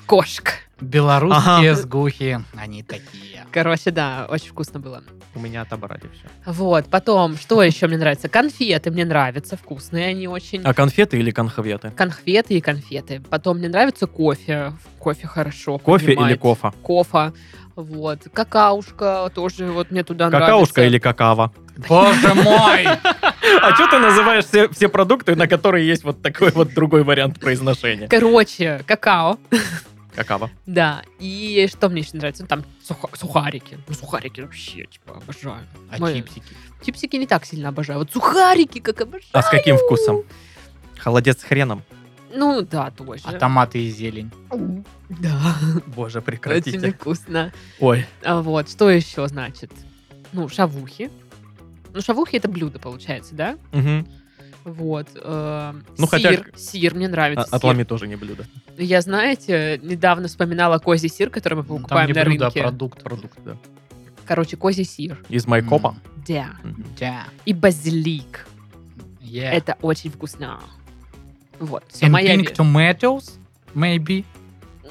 Кошка. белорусские Ага. сгухи, они такие. Короче, да, очень вкусно было. У меня отобрали все. Вот, потом, что еще мне нравится? Конфеты мне нравятся, вкусные они очень. А конфеты или конхветы? Конфеты и конфеты. Потом мне нравится кофе. Кофе хорошо. Кофе поднимает. или кофа? Кофе. Вот. Какаушка тоже вот мне туда Какаушка нравится. или какава? (laughs) Боже мой! А что ты называешь все, все продукты, на которые есть вот такой вот другой вариант произношения? Короче, какао. Какава. Да, и что мне еще нравится? Ну, там суха- сухарики. Ну, сухарики вообще, типа, обожаю. А Мои чипсики? Чипсики не так сильно обожаю. Вот сухарики как обожаю. А с каким вкусом? Холодец с хреном. Ну, да, тоже. А томаты и зелень. Да, Боже, очень прекратите. вкусно. Ой. А вот, что еще значит? Ну, шавухи. Ну, шавухи это блюдо, получается, да? Мгм. Вот. эм, Ну, хотя- сир. Сир мне А- нравится. сир. Отломи тоже не блюдо. Я, знаете, недавно вспоминала козий сир, который Ну, мы Там покупаем не на блюдо, а рынке. продукт. продукт. да. Короче, козий сир. Из Майкопа. М, Да. Мгм. Да. И базилик. Yeah. Это очень вкусно. Вот, все, Э. And моя pink ве- tomatoes? Maybe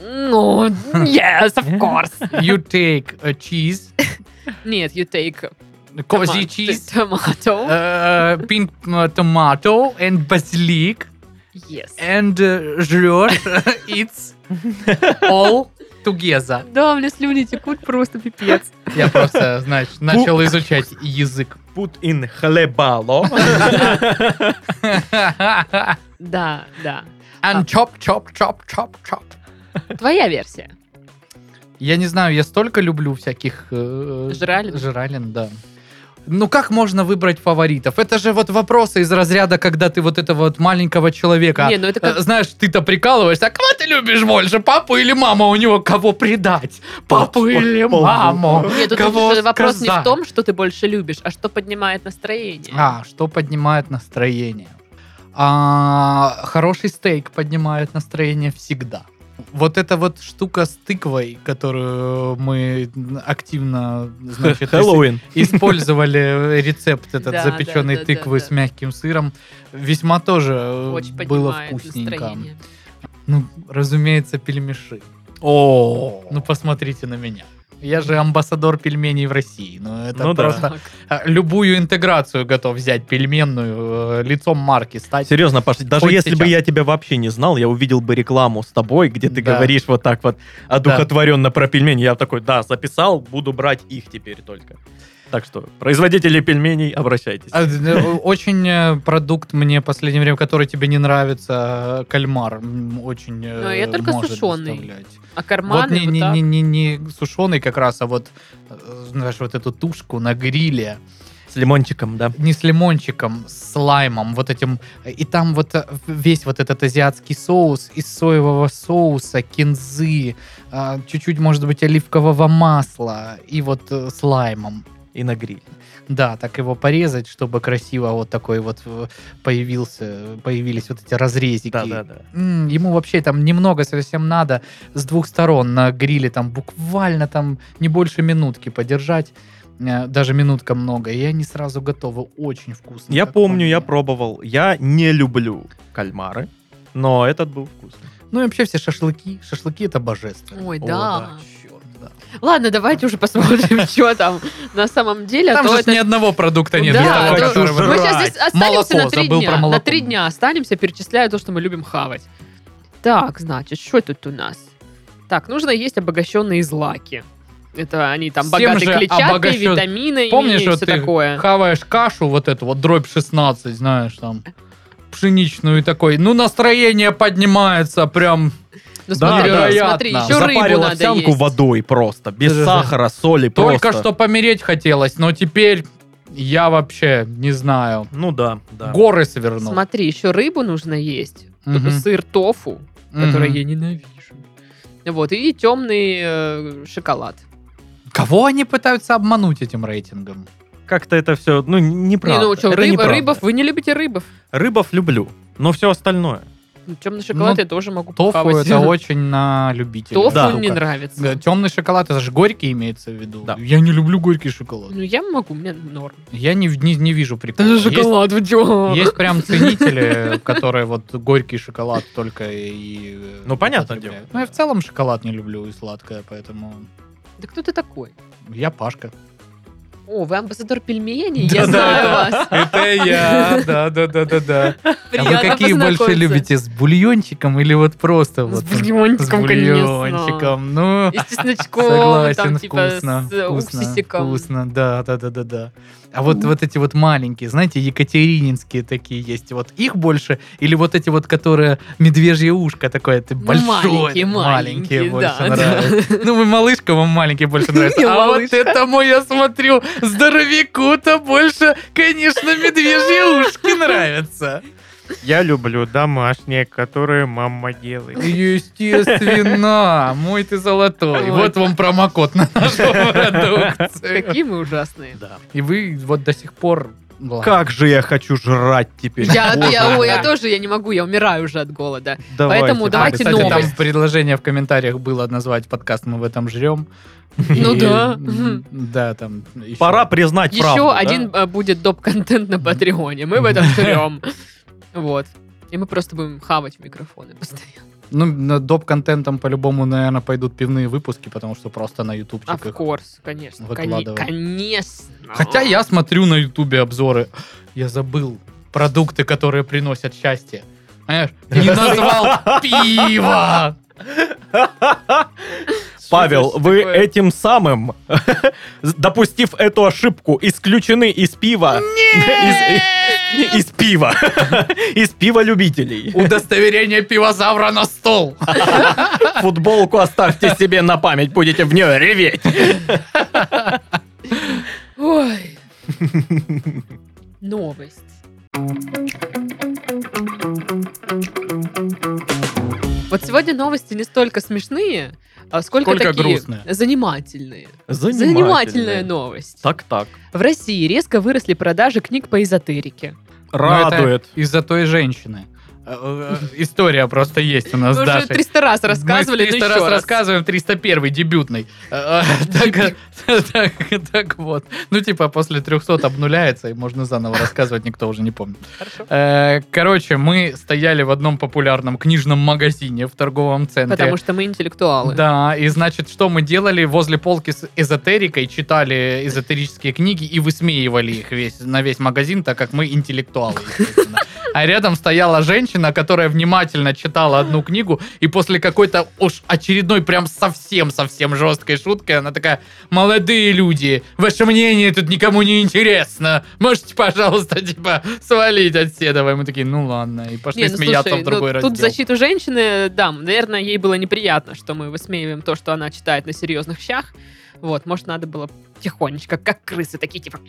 Ну, yes, of (laughs) course. (laughs) you take a cheese, Нет, you take cozy tomat- cheese, tomato. uh, pink uh, tomato and basilic Yes. and uh, жрешь (laughs) (laughs) it's all together. Да, у меня слюни текут просто пипец. Я просто, знаешь, начал изучать язык. (laughs) Put in хлебало. (laughs) And Да, да. chop, chop, chop, chop, chop. Твоя версия. Я не знаю, я столько люблю всяких... э, Жралин? Жралин, да. Ну как можно выбрать фаворитов? Это же вот вопросы из разряда, когда ты вот этого вот маленького человека... Не, ну это э, как... Знаешь, ты-то прикалываешься, а кого ты любишь больше, папу или маму? А У него кого предать? Папу Пол- или пол- маму? Нет, тут кого уже вопрос не в сказать? том, что ты больше любишь, а что поднимает настроение. А, что поднимает настроение? А, хороший стейк поднимает настроение всегда. Вот эта вот штука с тыквой, которую мы активно значит, Хэллоуин. использовали рецепт этот Да, запеченной да, да, тыквы да, с да. мягким сыром, весьма тоже э, Очень было поднимает вкусненько. настроение. Ну, разумеется, пельмеши. О. Ну, посмотрите на меня. Я же амбассадор пельменей в России. Ну, это Ну да. просто Так. а, любую интеграцию готов взять пельменную, э, лицом марки стать. Серьезно, Паш, даже Хоть если бы сейчас. я тебя вообще не знал, я увидел бы рекламу с тобой, где ты Да. говоришь вот так вот одухотворенно про пельмени. Я такой, да, записал, буду брать их теперь только. Так что, производители пельменей, обращайтесь. А, да, Очень э, продукт мне в последнее время, который тебе не нравится, э, кальмар. м, Очень э, Но Ну, я только может сушеный. доставлять. А карманы вот не, вот не, так. не, не, не сушеный как раз, а вот э, знаешь, вот эту тушку на гриле. С лимончиком, да. Не с лимончиком, с лаймом, вот этим. И там вот э, весь вот этот азиатский соус из соевого соуса, кинзы, э, чуть-чуть, может быть, оливкового масла и вот э, с лаймом. И на гриль. Да, так его порезать, чтобы красиво вот такой вот э, появился, появились вот эти разрезики. Да-да-да. Ну, М, Ему вообще там немного совсем надо с двух сторон на гриле там буквально там не больше минутки подержать. Э, Даже минутка много. И они сразу готовы. Очень вкусно. Я как по помню, я мне. пробовал. Я не люблю кальмары, но этот был вкусный. Ну и вообще все шашлыки. Шашлыки это божественно. Ой, О, да. Черт, да. Ладно, давайте уже посмотрим, (laughs) что там на самом деле. а Там то же это- ни одного продукта нет. Да, из того, то- который мы Мы брали. сейчас здесь останемся Молоко, на три забыл дня. про молоко. На три дня останемся, перечисляя то, что мы любим хавать. Так, значит, что тут у нас? Так, нужно есть обогащенные злаки. Это они там Всем богаты же клетчаткой, обогащен- витаминами Помнишь, и вот все ты такое. хаваешь кашу, вот эту вот дробь 16, знаешь, там пшеничную и такой, ну настроение поднимается прям. Ну Да, смотри, да. смотри, Вероятно. еще рыбу Запарил надо овсянку есть. водой просто, без Да-да-да. сахара, соли Только просто. что помереть хотелось, но теперь я вообще не знаю. Ну да, да. Горы свернул. Смотри, еще рыбу нужно есть. Мгм, Сыр тофу, мгм. который я ненавижу. Вот, и темный э, шоколад. Кого они пытаются обмануть этим рейтингом? Как-то это все, ну, неправда. Не, ну что, Это неправда. рыбов, вы не любите рыбов. Рыбов люблю, но все остальное. Темный шоколад Ну, я тоже могу Тофу похавать. это очень на любителя. Тофу Да. не нравится. Темный шоколад, это же горький имеется в виду. Да. Я не люблю горький шоколад. Ну, я могу, мне норм. Я не, не, не вижу прикола. Есть- в чем? Есть прям ценители, которые вот горький шоколад только и... э, Ну, понятное употребляют. дело. Ну, я в целом шоколад не люблю и сладкое, поэтому Да кто ты такой? я Пашка. О, вы амбассадор пельменей, я А знаю вас. Это я, да-да-да-да-да. А вы Приятно какие больше познакомиться. любите, с бульончиком или вот просто С вот? С бульончиком, конечно. бульончиком, ну... И с чесночком, Согласен, там, типа, вкусно, с э, вкусно, уксусиком. (laughs) вкусно, да, да, да, да, да. А вот, вот эти вот маленькие, знаете, екатерининские такие есть, вот их больше, или вот эти вот, которые медвежье ушко такое, ты Ну, большое, маленькие, маленькие, больше да, (laughs) нравятся. Ну, вы малышка, вам маленькие больше нравятся. И А вот малышка. этому я смотрю, здоровяку-то больше, конечно, медвежьи ушки нравятся. Я люблю домашние, которые мама делает. Естественно, мой ты золотой. Ой. Вот вам промокод на нашу продукцию. Какие мы ужасные. Да. И вы вот до сих пор... (laughs) Как же я хочу жрать теперь. Я, Боже я, мой. ой, я тоже, я не могу, я умираю уже от голода. Давайте, поэтому А, давайте кстати, там новость. предложение в комментариях было назвать подкаст «Мы в этом жрем». (laughs) Ну И, да. м, Да, там еще. Пора признать Еще правду. да? один э, будет доп-контент на Патреоне. Мы в этом трем. Вот. И мы просто будем хавать в микрофоны постоянно. Ну, на доп-контентом по-любому, наверное, пойдут пивные выпуски, потому что просто А на Of ютубчиках. course, конечно. Кони- Выкладывай. Конечно. Хотя я смотрю на ютубе обзоры. Я забыл продукты, которые приносят счастье. Понимаешь? (laughs) Не назвал пиво! Павел, Что вы э- такое? этим самым, (laughs) допустив эту ошибку, исключены из пива. Из- Из пива. (laughs) Из пива любителей. Удостоверение пивозавра на стол! Футболку оставьте себе на память, будете в нее реветь. (laughs) Ой. Новость. Вот сегодня новости не столько смешные, а сколько, Сколько такие грустные. занимательные. Занимательная Занимательно. новость. Так-так. В России резко выросли продажи книг по эзотерике. Ну, Но это Радует. Из-за той женщины. Э, э, История просто есть у нас Мы с уже Дашей. 300 раз Мы рассказывали, но 300 еще раз, раз. рассказываем, 301 дебютный. Э, э, Так так- так вот. Ну, типа, после 300 обнуляется, и можно заново рассказывать, никто уже не помнит. Хорошо. Э, Короче, мы стояли в одном популярном книжном магазине в торговом центре. Потому что мы интеллектуалы. Да, и значит, что мы делали возле полки с эзотерикой, читали эзотерические книги и высмеивали их весь, на весь магазин, так как мы интеллектуалы, естественно. А рядом стояла женщина, которая внимательно читала одну книгу, и после какой-то уж очередной прям совсем-совсем жесткой шутки она такая, молодые люди, ваше мнение тут никому не интересно, можете, пожалуйста, типа, свалить отсюда. И мы такие, ну ладно, и пошли Не, ну, смеяться слушай, в ну, другой раздел. Тут в защиту женщины, да, наверное, ей было неприятно, что мы высмеиваем то, что она читает на серьезных щах. Вот, может, надо было тихонечко, как крысы, такие типа...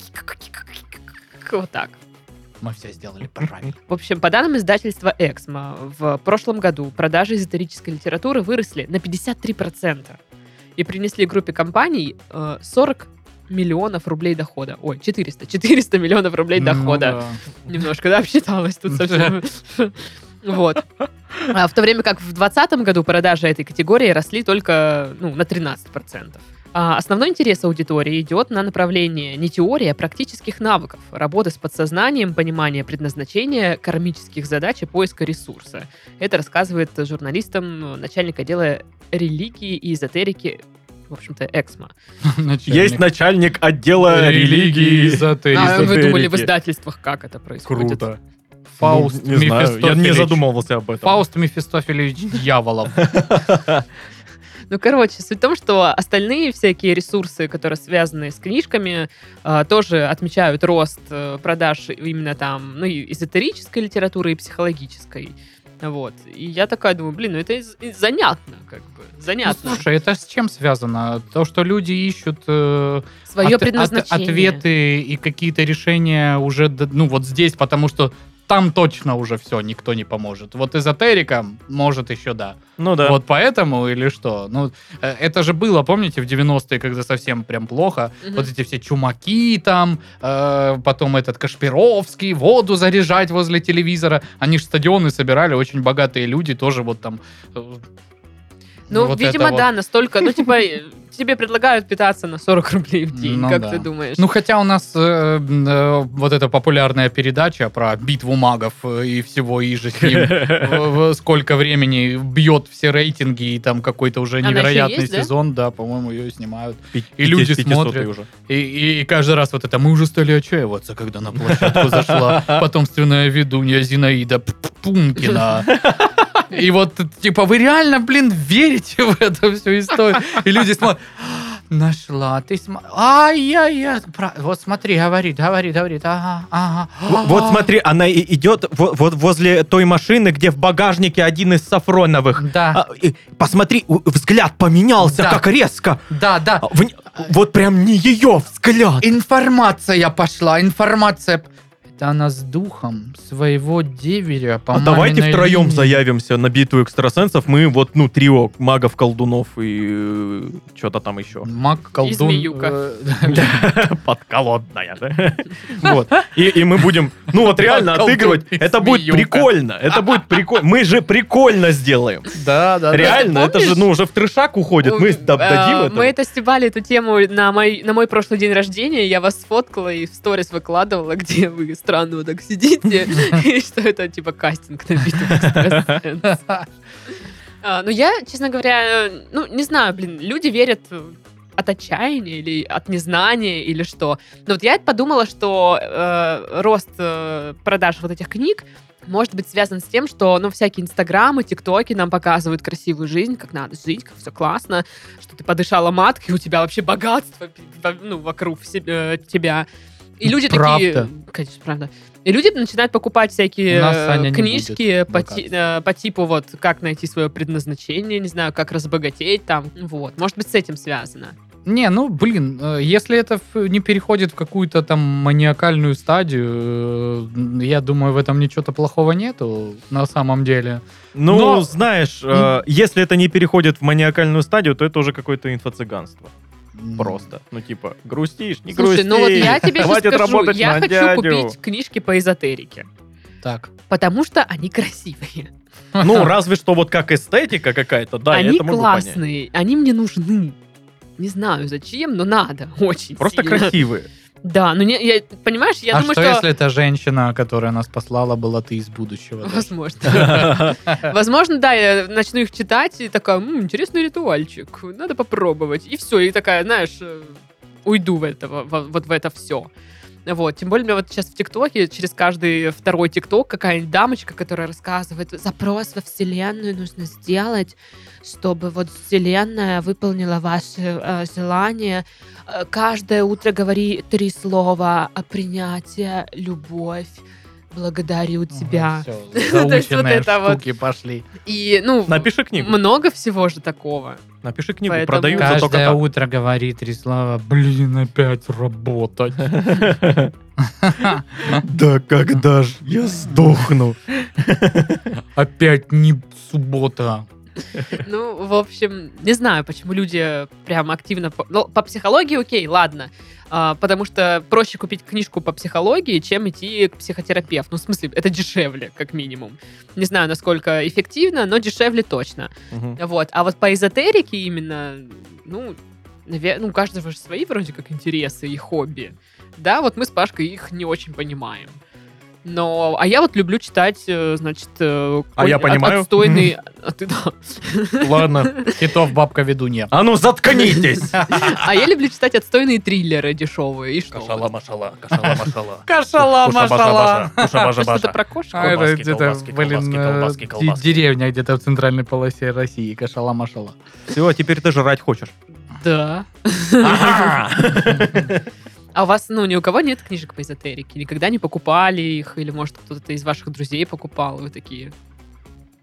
кик-кик-кик-кик-кик, Вот так. Мы все сделали правильно. В общем, по данным издательства «Эксмо», в прошлом году продажи эзотерической литературы выросли на 53% и принесли группе компаний э, 40 миллионов рублей дохода. Ой, 400. 400 миллионов рублей Ну дохода. да. Немножко, да, обсчиталась тут совсем. Вот. А в то время как в 2020 году продажи этой категории росли только ну, на 13%. А основной интерес аудитории идет на направление не теории, а практических навыков, работы с подсознанием, понимание предназначения, кармических задач и поиска ресурса. Это рассказывает журналистам э, начальник отдела религии и эзотерики, в общем-то, Эксмо. Начальник. Есть начальник отдела религии религии. эзотерики. А вы думали в эзотерики. издательствах, как это происходит? Круто. Фауст Ну, не знаю, я не Мефистофелич. задумывался об этом. Фауст Мефистофелевич Дьяволов. Ну, короче, суть в том, что остальные всякие ресурсы, которые связаны с книжками, э, тоже отмечают рост э, продаж именно там, ну, и эзотерической литературы и психологической. Вот. И я такая думаю, блин, ну это из- из- занятно, как бы. Ну, Занятно. слушай, это с чем связано? То, что люди ищут э, Свое от- от- предназначение. ответы и какие-то решения уже, д- ну, вот здесь, потому что там точно уже все, никто не поможет. Вот эзотерика может еще да. Ну да. Вот поэтому или что? Ну, э, это же было, помните, в 90-е, когда совсем прям плохо. Мгм. Вот эти все чумаки там, э, потом этот Кашпировский, воду заряжать возле телевизора. Они же стадионы собирали, очень богатые люди тоже вот там... э, Ну, вот это видимо, вот. да, настолько, ну, типа, (laughs) э, тебе предлагают питаться на 40 рублей в день, Ну как да. ты думаешь? Ну, хотя у нас э, м, э, вот эта популярная передача про битву магов э, и всего и же с (laughs) ним, в- в- сколько времени бьет все рейтинги, и там какой-то уже Она невероятный еще есть, да? сезон, да, по-моему, ее снимают. Пи- и люди 500 смотрят. уже. И, и- и каждый раз вот это, мы уже стали отчаиваться, когда на площадку зашла потомственная ведунья Зинаида П- П- Пункина. И вот, типа, вы реально, блин, верите в эту всю историю? И люди смотрят, «А, нашла, ты см... Ай-яй-яй, Про- вот смотри, говорит, говорит, говорит, ага, ага. Во- Вот смотри, она и идет во- вот возле той машины, где в багажнике один из Сафроновых. Да, А, и посмотри, у- взгляд поменялся, Да. как резко. да, да. А, в- Вот прям не ее взгляд. Информация пошла, информация. Это она с духом своего деверя по А давайте маминой втроем линии. заявимся на битву экстрасенсов. Мы вот, ну, трио магов, колдунов и что-то там еще. Маг, колдун. И змеюка. э, (laughs) Подколодная, да? (laughs) Вот. И, и мы будем, ну вот реально Колдун отыгрывать. и Это будет змеюка. прикольно. Это будет прикольно. Мы же прикольно сделаем. Да, да, да. Реально, это же, ну, уже в трешак уходит. Мы Э, доб- дадим это. Мы это стебали, эту тему на мой, на мой прошлый день рождения. Я вас сфоткала и в сторис выкладывала, (laughs) где вы странно вот так сидите. (laughs) И что это типа кастинг на битву экстрасенсов. А, Ну, я, честно говоря, э, ну, не знаю, блин, люди верят э, от отчаяния или от незнания или что. Но вот я подумала, что э, рост э, продаж вот этих книг может быть связан с тем, что, ну, всякие инстаграмы, тиктоки нам показывают красивую жизнь, как надо жить, как все классно, что ты подышала маткой, у тебя вообще богатство, пи- ну, вокруг се- э, тебя. И люди такие... Правда. Конечно, правда. И люди начинают покупать всякие У нас, Саня, э, не книжки будет по, ти- э, по типу вот как найти свое предназначение, не знаю, как разбогатеть там, вот. Может быть, с этим связано. (laughs) Не, ну, блин, э, если это ф- не переходит в какую-то там маниакальную стадию, э, я думаю, в этом ничего-то плохого нету на самом деле. Ну, Но- знаешь, э, если это не переходит в маниакальную стадию, то это уже какое-то инфо-цыганство. Просто. Ну, типа, грустишь, не Слушай, грусти. ну вот я тебе сейчас Хватит скажу, работать я на хочу дядю. купить книжки по эзотерике, Так. потому что они красивые, Ну, разве что вот как эстетика какая-то, да, я они это могу понять. классные, они мне нужны. Не знаю зачем, но надо (laughs) очень Просто сильно. красивые. (laughs) Да, ну не, я, понимаешь, я а думаю, что, если эта женщина, которая нас послала, была ты из будущего? даже? (laughs) (laughs) Возможно. (laughs) Возможно, да, я начну их читать и такая, «М, интересный ритуальчик, надо попробовать. И все, и такая, знаешь, э, уйду в это, во- во- вот в это все. Вот. Тем более, у меня вот сейчас в ТикТоке, через каждый второй ТикТок какая-нибудь дамочка, которая рассказывает, запрос во Вселенную нужно сделать, чтобы вот Вселенная выполнила ваши э, желания. Э, Каждое утро говори три слова о принятии, любовь, благодарю (laughs) тебя. Все, То есть вот заученные это вот. штуки пошли. И, ну, Напиши книгу. много всего же такого. Напиши книгу, Поэтому- продают за только Каждое так. утро говорит три слова, блин, опять работать. (laughs) Да когда ж я сдохну? Опять не суббота. Ну, в общем, не знаю, почему люди прям активно... по- Ну, по психологии окей, ладно. А, потому что проще купить книжку по психологии, чем идти к психотерапевту. Ну, в смысле, это дешевле, как минимум. Не знаю, насколько эффективно, но дешевле точно. Мгм. Вот. А вот по эзотерике именно, ну, навер... ну, у каждого же свои вроде как интересы и хобби. Да, вот мы с Пашкой их не очень понимаем. Но, а я вот люблю читать, э, значит, э, А я от- понимаю. отстойный, (laughs) а ты да, Ладно. (laughs) Китов бабка ведунья. А ну заткнитесь! А я люблю читать отстойные триллеры дешевые. И что? вот? Кашала-машала, кашала-машала. Кашала-машала. Что-то про кошку? А, это Колбаски, где-то, колбаски, колбаски, блин, э, колбаски, де- колбаски. деревня где-то в центральной полосе (laughs) России. Кашала-машала. Все, теперь ты жрать хочешь. Да. А у вас, ну, ни у кого нет книжек по эзотерике? Никогда не покупали их? Или, может, кто-то из ваших друзей покупал? и Вы такие,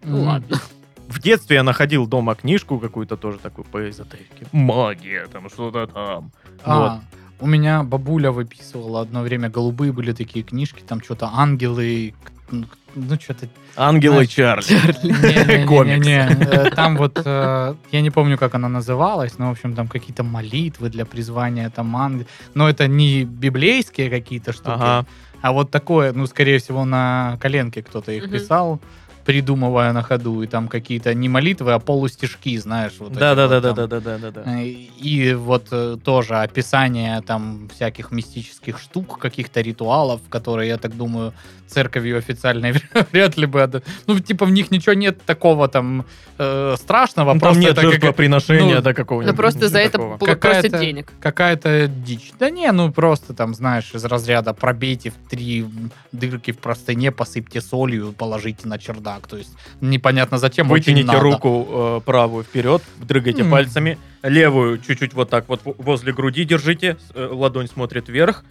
ну, М. ладно. В детстве я находил дома книжку какую-то тоже такую по эзотерике. Магия, там что-то там. А, у меня бабуля выписывала одно время голубые были такие книжки, там что-то ангелы, к- ну, к- (laughs) ну что-то... Ангелы Знаешь, Чарли. Комикс. Не-не-не, там вот, э, я не помню, как она называлась, но, в общем, там какие-то молитвы для призвания, там ангел... Но это не библейские какие-то штуки, Ага. а вот такое, ну, скорее всего, на коленке кто-то их Мгм. писал, придумывая на ходу, и там какие-то не молитвы, а полустишки, знаешь. вот эти вот там. Да-да-да-да-да-да-да. Э, И вот э, тоже описание там всяких мистических штук, каких-то ритуалов, которые, я так думаю, церковью официальной (laughs) вряд ли бы... отда- Ну, типа, в них ничего нет такого там э, страшного, Ну, Там просто нет это как- жертвоприношения ну, да, какого-нибудь. Ну, просто за это такого. пл- просят Какая-то- денег. какая-то дичь. Да не, ну просто там, знаешь, из разряда пробейте в три дырки в простыне, посыпьте солью, положите на чердак. То есть непонятно зачем. очень Вытяните надо. руку э, правую вперед, дрыгайте М. пальцами, левую чуть-чуть вот так вот в- возле груди держите, с- э, ладонь смотрит вверх,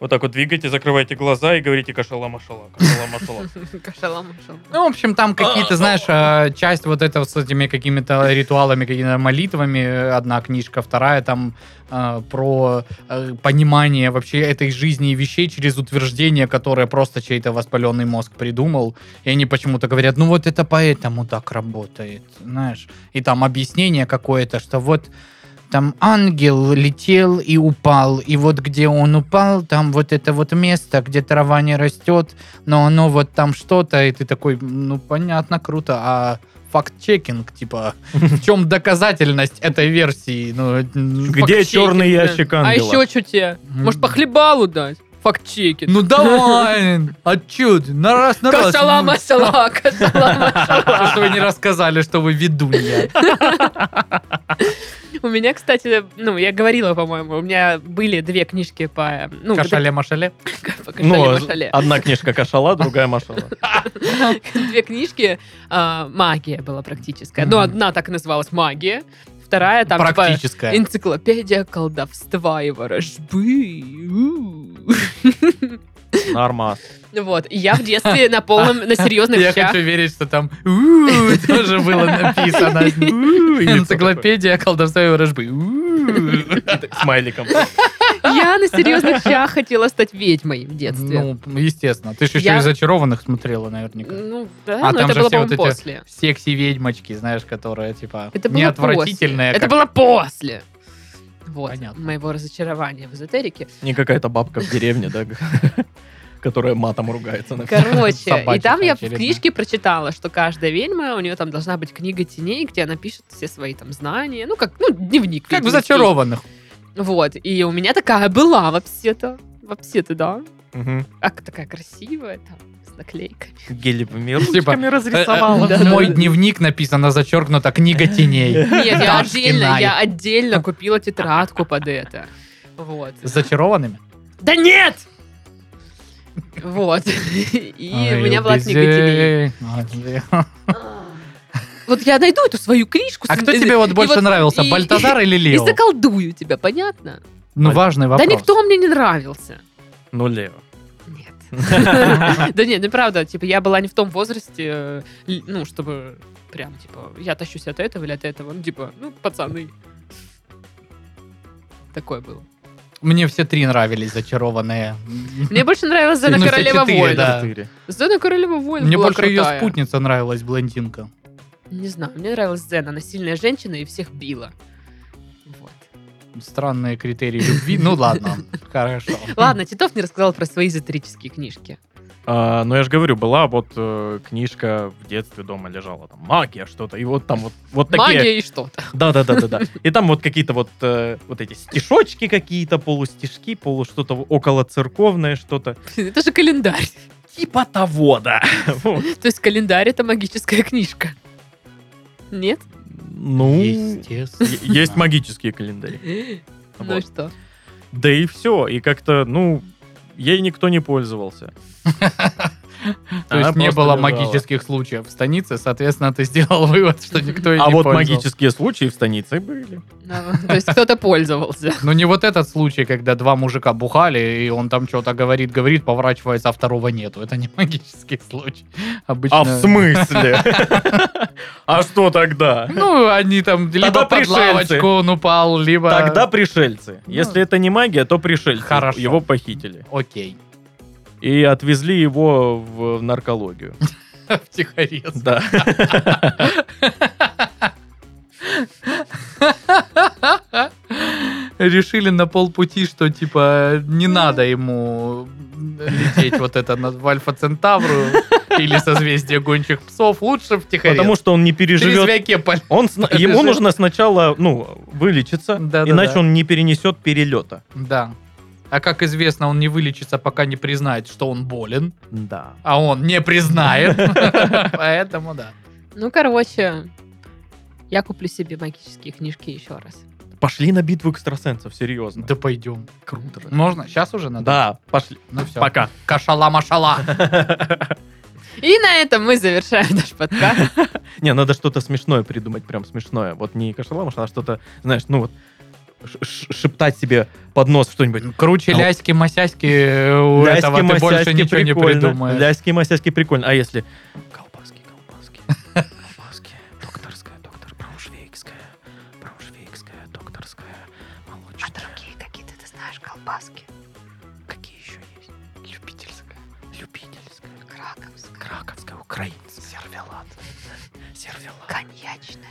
вот так вот двигайте, закрывайте глаза и говорите кашала-машала, (laughs) кашала-машала. Кашалам-шалам. Ну, в общем, там какие-то, знаешь, э, часть вот этого с этими какими-то ритуалами, какими-то молитвами, э, одна книжка, вторая там э, про э, понимание вообще этой жизни и вещей через утверждение, которое просто чей-то воспаленный мозг придумал. И они почему-то говорят, ну вот это поэтому так работает, знаешь. И там объяснение какое-то, что вот там ангел летел и упал, и вот где он упал, там вот это вот место, где трава не растет, но оно вот там что-то, и ты такой, ну понятно, круто, а факт-чекинг, типа, в чем доказательность этой версии? Ну, м, Где Факт-чекинг, черный да. ящик А ангела? еще что тебе? Может, по хлебалу дать? Факт-чекинг. ну давай, а чё, ты, на раз, на раз. ну. Кашалам-ашалам, (laughs) кашалам-ашалам. Потому что вы не рассказали, что вы ведунья. У меня, кстати, ну, я говорила, по-моему, у меня были две книжки по... Ну, (laughs) Кашале-машале. по Ну, кашале-машале. одна книжка кашала, другая машала. (laughs) две книжки. а, магия была практическая. Ну, Мгм. одна так и называлась «Магия», вторая там типа, Практическая. «Энциклопедия колдовства и ворожбы». У. (laughs) Нормас. Вот. И я в детстве на полном, на серьезных Я щах. хочу верить, что там «У-у-у» (laughs) тоже (laughs) было написано. «У-у-у», (laughs) Энциклопедия колдовства и ворожбы. «У-у-у». Смайликом. (laughs) Я на серьезных щах хотела стать ведьмой в детстве. Ну, естественно. Ты же еще Я- и зачарованных смотрела наверняка. Ну, да, А но там это же было, все вот по-моему, эти- после. Секси-ведьмочки, знаешь, которые, типа, Это было не отвратительная. после. Это как- было после. Вот, Понятно. моего разочарования в (laughs) эзотерике. Не какая-то бабка в деревне, да, (laughs) которая матом ругается на всех. Короче, и Собачек там я в очередная. книжке прочитала, что каждая ведьма, у нее там должна быть книга теней, где она пишет все свои там знания, ну как, ну, дневник. Как в ведьминский. (laughs) зачарованных. Вот, и у меня такая была вообще-то, вообще-то, да. Мгм. А такая красивая там, с (laughs) наклейками. Гелевыми Типа, ручками разрисовала. да. э, Мой дневник написано, зачеркнуто, книга теней. Нет, я Дашкина. отдельно, я отдельно купила тетрадку под это. Вот. С зачарованными? Да нет! Вот. (laughs) И у меня была книга Тилей. Вот я найду эту свою книжку. А с- кто и- тебе вот и больше нравился, и- Бальтазар или И Лео? заколдую тебя, понятно? Ну, важный вопрос. Да никто мне не нравился. Ну, Лео. (laughs) Нет. Да нет, ну правда, типа я была не в том возрасте, э, л- ну, чтобы прям, типа, я тащусь от этого или от этого. Ну, типа, ну, пацаны. Такое было. Мне все три нравились, зачарованные. Мне больше нравилась Зона Ну, все Королева четыре, Воинов. да. Четыре. Зона Королева Воинов Мне была больше ее крутая. спутница нравилась, блондинка. Не знаю, мне нравилась Зена. Она сильная женщина и всех била. Вот. Странные критерии любви. Ну ладно, хорошо. Ладно, Титов не рассказал про свои эзотерические книжки. А, ну, я же говорю, была вот э, книжка в детстве дома лежала, там магия что-то, и вот там вот, вот такие... Магия и что-то. (laughs) (laughs) Да-да-да-да-да. И там вот какие-то вот, э, вот эти стишочки какие-то, полустишки, полу что-то около церковное что-то. Это же календарь. (laughs) Типа того, да. (laughs) Вот. То есть календарь это магическая книжка. Нет? Ну, е- Естественно. есть магические календари. Ну и Вот. что? Да и все. И как-то, ну, ей никто не пользовался. (laughs) То Она есть не просто было лежала. магических случаев в станице, соответственно, ты сделал вывод, что никто и не А вот пользовался. магические случаи в станице были. Ну, То есть кто-то пользовался. Ну не вот этот случай, когда два мужика бухали, и он там что-то говорит, говорит, поворачивается, а второго нету. Это не магический случай. Обычно... А в смысле? (laughs) А что тогда? Ну, они там либо под пришельцы. лавочку он упал, либо... Тогда пришельцы. Если это не магия, то пришельцы. Ну. Хорошо. Его похитили. Окей. (laughs) И отвезли его в в (laughs) наркологию. Втихарез. Да. Решили на полпути, что типа не надо ему лететь вот это на- в Альфа Центавру или созвездие гончих псов. Лучше в Тихорез. Потому что он не переживет. Трезвяке пол- Он сна- Ему Переживет. нужно сначала, ну, вылечиться, Да-да-да. иначе он не перенесет перелета. Да. А как известно, он не вылечится, пока не признает, что он болен. Да. А он (laughs) не признает. Поэтому да. (laughs) Ну, короче, я куплю себе магические книжки еще раз. Пошли на битву экстрасенсов, серьезно. Да пойдем. круто же. Можно? Сейчас уже надо? Да, пошли. Ну все. Пока. Кашала-машала. И на этом мы завершаем наш подкаст. Не, надо что-то смешное придумать, прям смешное. Вот не кашалам, а что-то, знаешь, ну вот ш- ш- шептать себе под нос что-нибудь. Круче А вот- ляськи, масяськи, э, Ну, у этого ты больше ничего не придумаешь. Ляськи, масяськи прикольно. А если колбаски, колбаски, колбаски, докторская, доктор, брауншвейгская, брауншвейгская, докторская, молочная. (laughs) какие-то ты знаешь колбаски? Какие еще есть? Любительская. Любительская. Краковская. Краковская, украинская. Сервелат. Сервелат. Коньячные.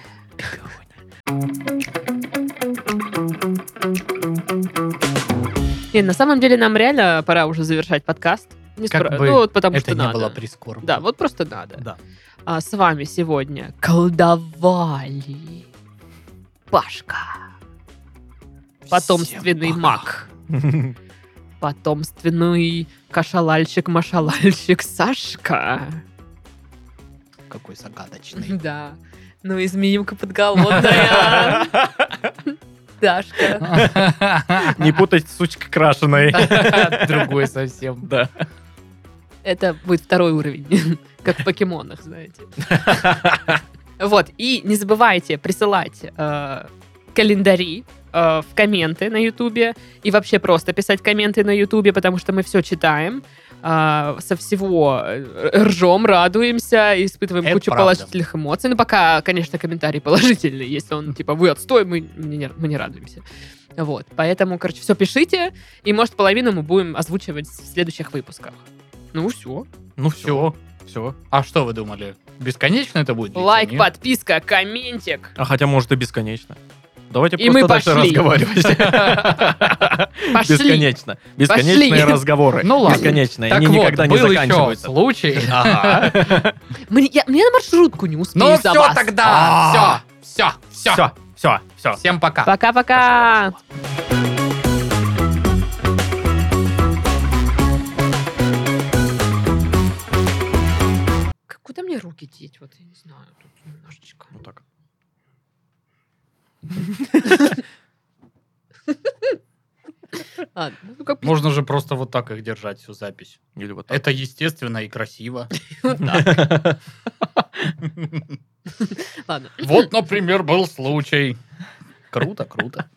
Блин, на самом деле нам реально пора уже завершать подкаст. Не Как спра- бы Ну, вот потому Это что не надо. было прискорбно. Да, вот просто надо. Да. А с вами сегодня колдовали Пашка, потомственный (laughs) маг, потомственный кашалальщик-машалальщик Сашка. Какой загадочный. Да. Ну и змеюка подголодная. Дашка. (laughs) Не путать сучка крашеной. (laughs) Другой (laughs) совсем. Да. (laughs) Это будет второй уровень, как в покемонах, знаете. (laughs) Вот, и не забывайте присылать э, календари э, в комменты на Ютубе и вообще просто писать комменты на Ютубе, потому что мы все читаем, э, со всего э, ржем, радуемся, испытываем Это кучу правда. положительных эмоций. Ну, пока, конечно, комментарий (laughs) положительный, если он типа «вы отстой», мы не, мы не радуемся. Вот, поэтому, короче, все пишите, и, может, половину мы будем озвучивать в следующих выпусках. Ну, все. Ну все. Все. А что вы думали? Бесконечно это будет? длиться? Лайк, Нет? подписка, комментик. А хотя, может, и бесконечно. Давайте И просто мы дальше пошли. разговаривать. Пошли. (laughs) Бесконечно. Бесконечные разговоры. Ну ладно. Бесконечные. Так Они вот, никогда не был еще заканчиваются. случай. (laughs) Ага. Мне, я- мне на маршрутку не успею Ну за все вас. А. тогда. Все. Все. Все. Все, все, все. Всем пока. Пока-пока. Как- Куда мне руки деть? Вот я не знаю. Тут немножечко. Вот Ну так. Ладно, ну как бы Можно же просто вот так их держать, всю запись. Или вот так. Это естественно и красиво. вот так. Ладно. Вот, например, был случай. Круто, круто.